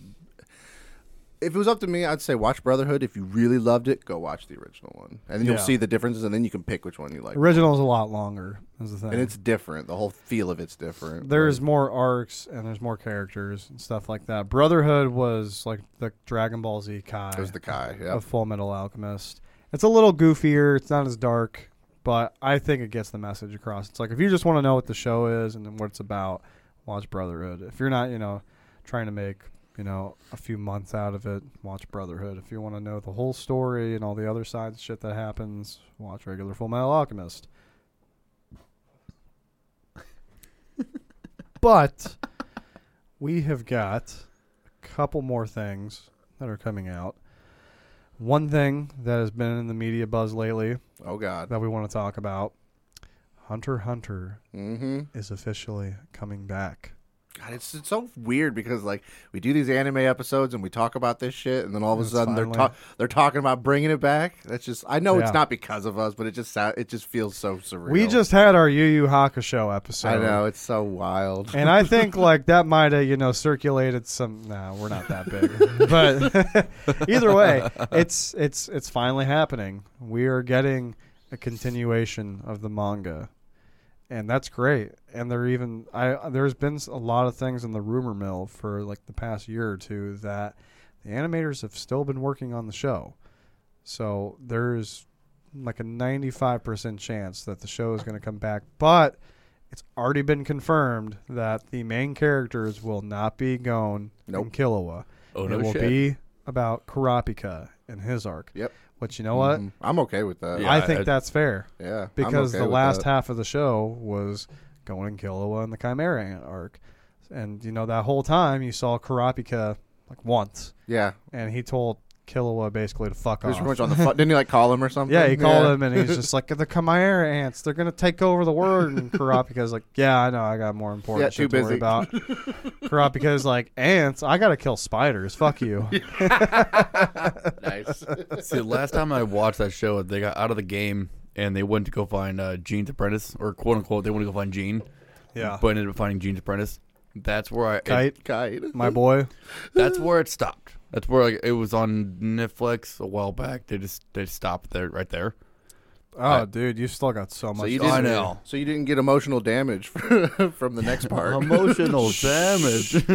Speaker 1: if it was up to me, I'd say watch Brotherhood. If you really loved it, go watch the original one, and then
Speaker 3: Yeah.
Speaker 1: you'll see the differences, and then you can pick which one you like.
Speaker 3: Original's a lot longer. Is the thing.
Speaker 1: And it's different. The whole feel of it's different.
Speaker 3: there's more arcs and there's more characters and stuff like that. Brotherhood was like the Dragon Ball Z Kai
Speaker 1: Like, there's the Kai. Yeah,
Speaker 3: of Full Metal Alchemist. It's a little goofier. It's not as dark, but I think it gets the message across. It's like if you just want to know what the show is and what it's about, watch Brotherhood. If you're not, you know, trying to make you know a few months out of it, watch Brotherhood. If you want to know the whole story and all the other side shit that happens, watch regular Full Metal Alchemist. but we have got a couple more things that are coming out. One thing that has been in the media buzz lately
Speaker 1: Oh God.
Speaker 3: that we want to talk about Hunter x Hunter
Speaker 1: Mm-hmm.
Speaker 3: is officially coming back.
Speaker 1: God, it's, it's so weird because like we do these anime episodes and we talk about this shit, and then all of a
Speaker 3: It's
Speaker 1: sudden they're
Speaker 3: finally-
Speaker 1: ta- they're talking about bringing it back. That's just I know
Speaker 3: Yeah.
Speaker 1: it's not because of us, but it just sou- it just feels so surreal.
Speaker 3: We just had our Yu Yu Hakusho episode.
Speaker 1: I know it's so wild.
Speaker 3: And I think like that might have, you know, circulated some nah, we're not that big. but either way, it's it's it's finally happening. We are getting a continuation of the manga. And that's great. And there even I there's been s- a lot of things in the rumor mill for like the past year or two that the animators have still been working on the show. So there's like a 95% chance that the show is going to come back, but it's already been confirmed that the main characters will not be Gon
Speaker 1: Nope.
Speaker 3: and Killua.
Speaker 2: Oh
Speaker 3: it
Speaker 2: no
Speaker 3: will
Speaker 2: shit.
Speaker 3: be about Karapika and his arc.
Speaker 1: Yep.
Speaker 3: Which you know what?
Speaker 1: Mhm. I'm okay with that.
Speaker 2: Yeah.
Speaker 1: Yeah,
Speaker 3: I think
Speaker 2: I-
Speaker 3: that's fair
Speaker 1: I'm
Speaker 3: because
Speaker 1: okay
Speaker 3: the
Speaker 1: with
Speaker 3: last
Speaker 1: that.
Speaker 3: half of the show was Gon and Killua and the Chimera Ant arc, and you know that whole time you saw Karapika like once,
Speaker 1: yeah,
Speaker 3: and he told Killua basically to fuck
Speaker 1: he was
Speaker 3: off.
Speaker 1: pretty much on the fu- didn't he like call him or something?
Speaker 3: Yeah, he called him and he's just like, the Chimera ants, they're gonna take over the world. And Karapika's like, yeah, I know, I got more important
Speaker 1: Yeah,
Speaker 3: shit
Speaker 1: too
Speaker 3: to worry
Speaker 1: busy.
Speaker 3: about. Karapika's like, ants, I gotta kill spiders. Fuck you.
Speaker 1: nice.
Speaker 2: See, the last time I watched that show, they got out of the game and they went to go find uh, Gene's apprentice, or quote unquote, they went to go find Gene,
Speaker 1: Uh-huh.
Speaker 3: Yeah,
Speaker 2: but ended up finding Gene's apprentice. That's where I it-
Speaker 3: kite,
Speaker 1: Kite.
Speaker 3: my boy.
Speaker 2: that's where it stopped. That's where like, it was on Netflix a while back. They just they stopped there right there.
Speaker 3: Oh, dude, you still got so much.
Speaker 1: So you
Speaker 3: to
Speaker 1: didn't.
Speaker 2: I know.
Speaker 1: So you didn't get emotional damage from the next part.
Speaker 3: Um,
Speaker 1: I'm
Speaker 2: Emotional damage.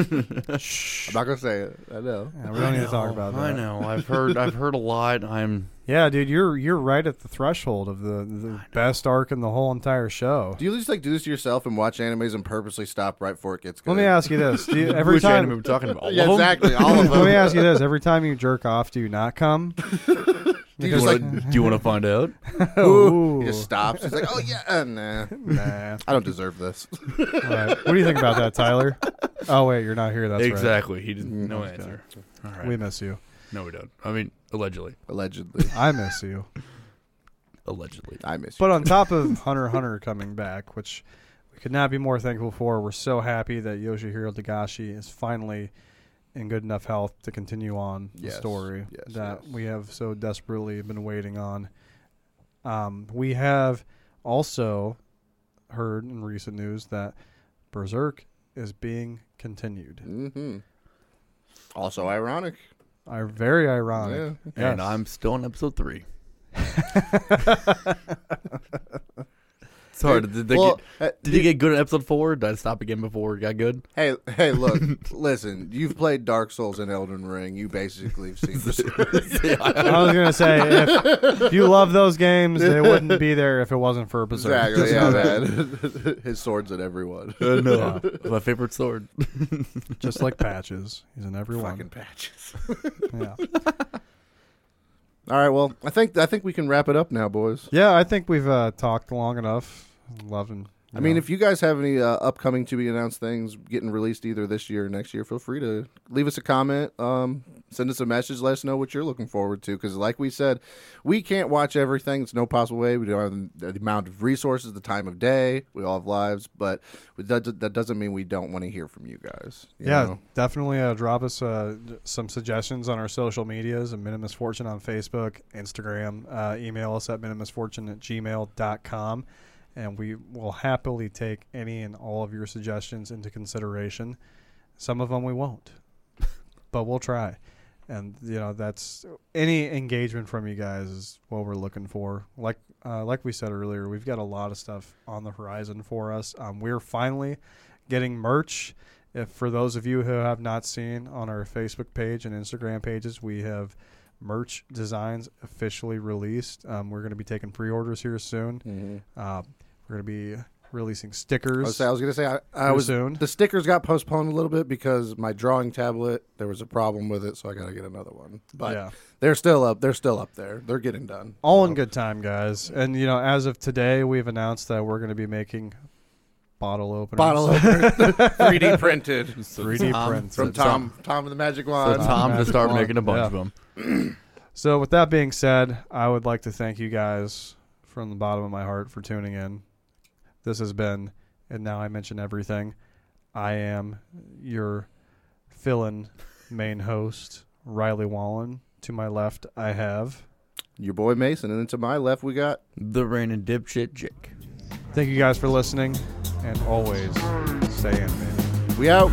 Speaker 1: not gonna say it. I know.
Speaker 3: Yeah, we don't need to talk about that.
Speaker 2: Oh, I know. I've heard. I've heard a lot. I'm.
Speaker 3: Yeah, dude, you're you're right at the threshold of the, the best arc in the whole entire show.
Speaker 1: Do you just like do this to yourself and watch animes and purposely stop right before it gets good?
Speaker 3: Let me ask you this: Do you, every
Speaker 2: Which
Speaker 3: time,
Speaker 2: anime we're talking about? All
Speaker 1: Yeah,
Speaker 2: of 'em?
Speaker 1: exactly. All of them.
Speaker 3: let me ask you this: every time you jerk off, do you not come?
Speaker 1: He
Speaker 2: Do
Speaker 1: just
Speaker 2: you
Speaker 1: like
Speaker 2: wanna- do you want to find out?
Speaker 3: Ooh.
Speaker 1: he just stops. He's like, oh yeah, uh, nah,
Speaker 3: Nah.
Speaker 1: I don't deserve this.
Speaker 3: All right. What do you think about that, Tyler? Oh wait, you're not here. That's right.
Speaker 2: exactly. He
Speaker 1: Mm,
Speaker 2: didn't. No answer. All right.
Speaker 3: We miss you.
Speaker 2: no, we don't. I mean, allegedly.
Speaker 1: Allegedly,
Speaker 3: I miss you.
Speaker 2: allegedly.
Speaker 1: I miss
Speaker 3: But uh, on top of Hunter x Hunter coming back, which we could not be more thankful for, we're so happy that Yoshihiro Tagashi is finally in good enough health to continue on
Speaker 1: Yes,
Speaker 3: the story
Speaker 1: yes,
Speaker 3: that
Speaker 1: yes.
Speaker 3: we have so desperately been waiting on. Um, we have also heard in recent news that Berserk is being continued.
Speaker 1: you. hmm Also ironic.
Speaker 3: Are very ironic.
Speaker 2: And
Speaker 3: Yes.
Speaker 2: I'm still on episode three. Sorry, did they,
Speaker 1: Well,
Speaker 2: get,
Speaker 1: uh,
Speaker 2: did
Speaker 1: dude,
Speaker 2: they get good at episode four? Did I stop again before it got good?
Speaker 1: hey, hey, look, listen. You've played Dark Souls and Elden Ring. You basically have seen this.
Speaker 3: I was gonna say if, if you love those games, they wouldn't be there if it wasn't for Berserk.
Speaker 1: exactly.
Speaker 3: Just
Speaker 1: Yeah,
Speaker 3: know that.
Speaker 1: man. His swords at everyone.
Speaker 2: Uh, no, my favorite sword.
Speaker 3: Just like patches, he's in every
Speaker 1: Fucking
Speaker 3: one.
Speaker 1: patches.
Speaker 3: Yeah.
Speaker 1: All right. Well, I think I think we can wrap it up now, boys.
Speaker 3: yeah, I think we've uh, talked long enough. Love and
Speaker 1: I mean, if you guys have any uh, upcoming to be announced things getting released either this year or next year, feel free to leave us a comment, um, send us a message, let us know what you're looking forward to. Because, like we said, we can't watch everything. It's no possible way. We don't have the amount of resources, the time of day. We all have lives, but that, that doesn't mean we don't want to hear from you guys. you
Speaker 3: yeah,
Speaker 1: know?
Speaker 3: definitely uh, drop us uh, d- some suggestions on our social medias. A Minimus Fortune on Facebook, Instagram. Uh, email us at minimusfortune at gmail.com. And we will happily take any and all of your suggestions into consideration. Some of them we won't, but we'll try. And you know that's any engagement from you guys is what we're looking for. Like uh, like we said earlier, we've got a lot of stuff on the horizon for us. Um, we're finally getting merch. If for those of you who have not seen on our Facebook page and Instagram pages, we have merch designs officially released. Um, we're going to be taking pre-orders here soon. Uh, we're going to be releasing
Speaker 1: I
Speaker 3: stickers.
Speaker 1: Oh, was, I was gonna say I, I
Speaker 3: Too
Speaker 1: was
Speaker 3: soon?
Speaker 1: the stickers got postponed a little bit because my drawing tablet there was a problem with it, so I gotta get another one. But
Speaker 3: Yeah.
Speaker 1: they're still up. They're still up there. They're getting done.
Speaker 3: All in good time, guys. And you know, as of today, we've announced that we're going to be making bottle openers,
Speaker 1: Bottle opener, 3D printed
Speaker 3: 3D
Speaker 2: Tom.
Speaker 3: prints.
Speaker 1: from Tom, Tom and the Magic
Speaker 2: So
Speaker 1: Wand.
Speaker 2: Tom to
Speaker 3: Magic
Speaker 2: start
Speaker 3: wand.
Speaker 2: making a bunch
Speaker 3: Yeah.
Speaker 2: of them.
Speaker 3: So, with that being said, I would like to thank you guys from the bottom of my heart for tuning in. This has been, and now I mention everything. I am your fill-in main host, Riley Wallen. To my left, I have.
Speaker 1: Your boy Mason, and then to my left we got
Speaker 2: The random dipshit Jake.
Speaker 3: Thank you guys for listening, and always stay animated.
Speaker 1: we out.